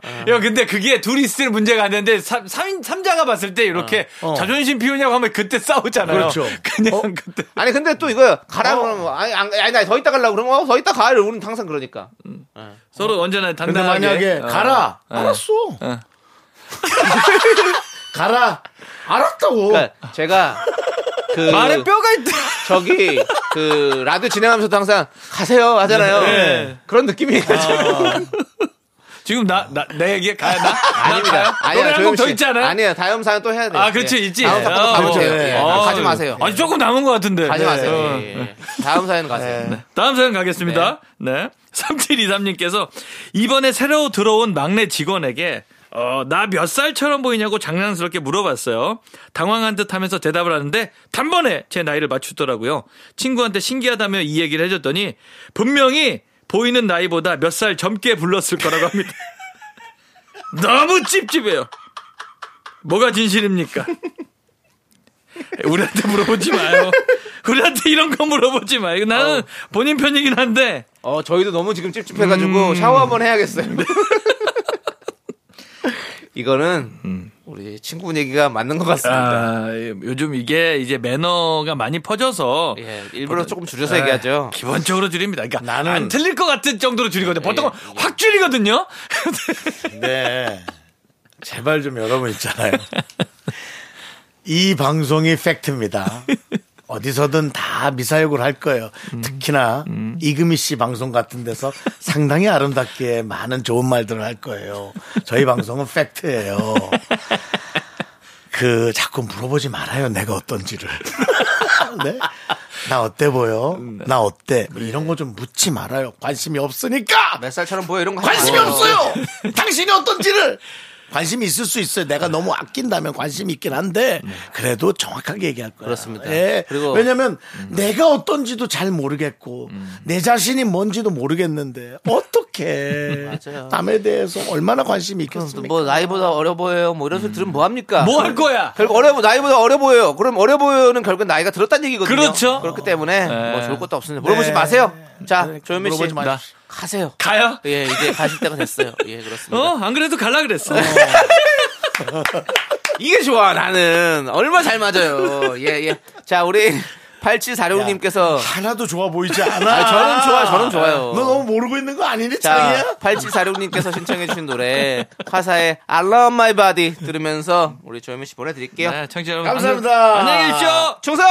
근데 그게 둘이 있을 문제가 아닌데, 삼, 삼, 삼자가 봤을 때 이렇게 어. 자존심 피우냐고 하면 그때 싸우잖아요. 그렇죠. 그냥 그때. 아니 근데 또 이거 가라 어. 그러면 뭐, 아니 안, 아니 나더 있다 가려고 그러면 어, 더 있다 가 이러고 우리는 항상 그러니까 서로 언제나 근데 당당하게. 만약에 가라. 알았어. 가라. 알았다고. 그러니까 제가 그 말에 뼈가 있다. 저기 그 라디오 진행하면서도 항상 가세요 하잖아요 네. 그런 느낌이에요 지금 나, 나, 내 얘기에 가야 나? 아닙니다. 아니, 노래 한 조용히 곡더 씨. 있잖아요. 아니에요. 다음 사연 또 해야 돼요. 아, 그렇지, 있지. 다음 사연 또 아, 가면 그렇죠. 돼요. 네. 예, 아, 가지 마세요. 아니, 조금 남은 것 같은데. 가지 네. 마세요. 어. 네. 예, 예. 다음 사연 가세요. 다음 사연 가겠습니다. 네. 3723님께서 이번에 새로 들어온 막내 직원에게 어, 나 몇 살처럼 보이냐고 장난스럽게 물어봤어요. 당황한 듯 하면서 대답을 하는데 단번에 제 나이를 맞추더라고요. 친구한테 신기하다며 이 얘기를 해줬더니 분명히 보이는 나이보다 몇 살 젊게 불렀을 거라고 합니다. 너무 찝찝해요. 뭐가 진실입니까? 우리한테 물어보지 마요. 우리한테 이런 거 물어보지 마요. 나는 본인 편이긴 한데 어, 저희도 너무 지금 찝찝해가지고 음. 음. 샤워 한번 해야겠어요. 네. 이거는 우리 친구분 얘기가 맞는 것 같습니다. 아, 요즘 이게 이제 매너가 많이 퍼져서 예, 일부러 조금 줄여서 네. 얘기하죠. 기본적으로 줄입니다. 그러니까 나는 예, 안 틀릴 것 같은 정도로 줄이거든요. 보통은 확 줄이거든요. 네. 제발 좀 여러분 있잖아요. 이 방송이 팩트입니다. 어디서든 다 미사역을 할 거예요. 특히나 이금희 씨 방송 같은 데서 상당히 아름답게 많은 좋은 말들을 할 거예요. 저희 방송은 팩트예요. 그 자꾸 물어보지 말아요. 내가 어떤지를. 네? 나 어때 보여? 나 어때? 뭐 이런 거 좀 묻지 말아요. 관심이 없으니까. 몇 살처럼 보여 이런 거 하지 관심이 마요. 없어요. 당신이 어떤지를 관심이 있을 수 있어요. 내가 너무 아낀다면 관심이 있긴 한데 그래도 정확하게 얘기할 거예요. 그렇습니다. 예. 그리고- 왜냐하면 내가 어떤지도 잘 모르겠고 내 자신이 뭔지도 모르겠는데 어떻게 맞아요. 남에 대해서 얼마나 관심이 있겠습니까? 뭐 나이보다 어려 보여요. 뭐 이런 소리 들으면 뭐 합니까? 뭐 할 거야? 결국 어려 보- 나이보다 어려 보여요. 그럼 어려 보여는 결국은 나이가 들었다는 얘기거든요. 그렇죠. 그렇기 때문에 네. 뭐 좋을 것도 없습니다. 물어보지 마세요. 자, 조현민 씨, 네. 물어보지 마십시오. 나- 가세요. 가요? 예, 이제 가실 때가 됐어요. 예, 그렇습니다. 어, 안 그래도 갈라 그랬어. 이게 좋아 나는 얼마 잘 맞아요 예예 자 우리 8746님께서 하나도 좋아 보이지 않아. 아, 저는 좋아요 저는 좋아요 너 너무 모르고 있는 거 아니니 자기야? 자 8746님께서 신청해 주신 노래 화사의 I love my body 들으면서 우리 조현민씨 보내드릴게요 네, 청취자 여러분. 감사합니다. 안녕- 안녕히 계십시오. 충성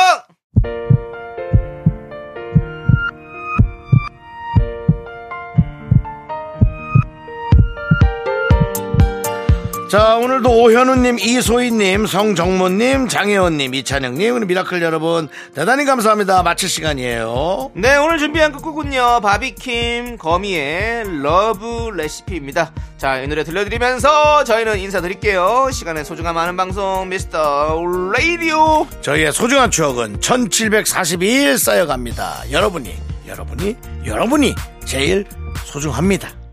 자 오늘도 오현우님, 이소희님, 성정모님, 장혜원님, 이찬영님 그리고 미라클 여러분 대단히 감사합니다. 마칠 시간이에요. 네 오늘 준비한 끝곡은요 바비킴 거미의 러브 레시피입니다 자 이 노래 들려드리면서 저희는 인사드릴게요 시간의 소중함 아는 방송 미스터 라디오 저희의 소중한 추억은 1742일 쌓여갑니다. 여러분이 여러분이 여러분이 제일 소중합니다.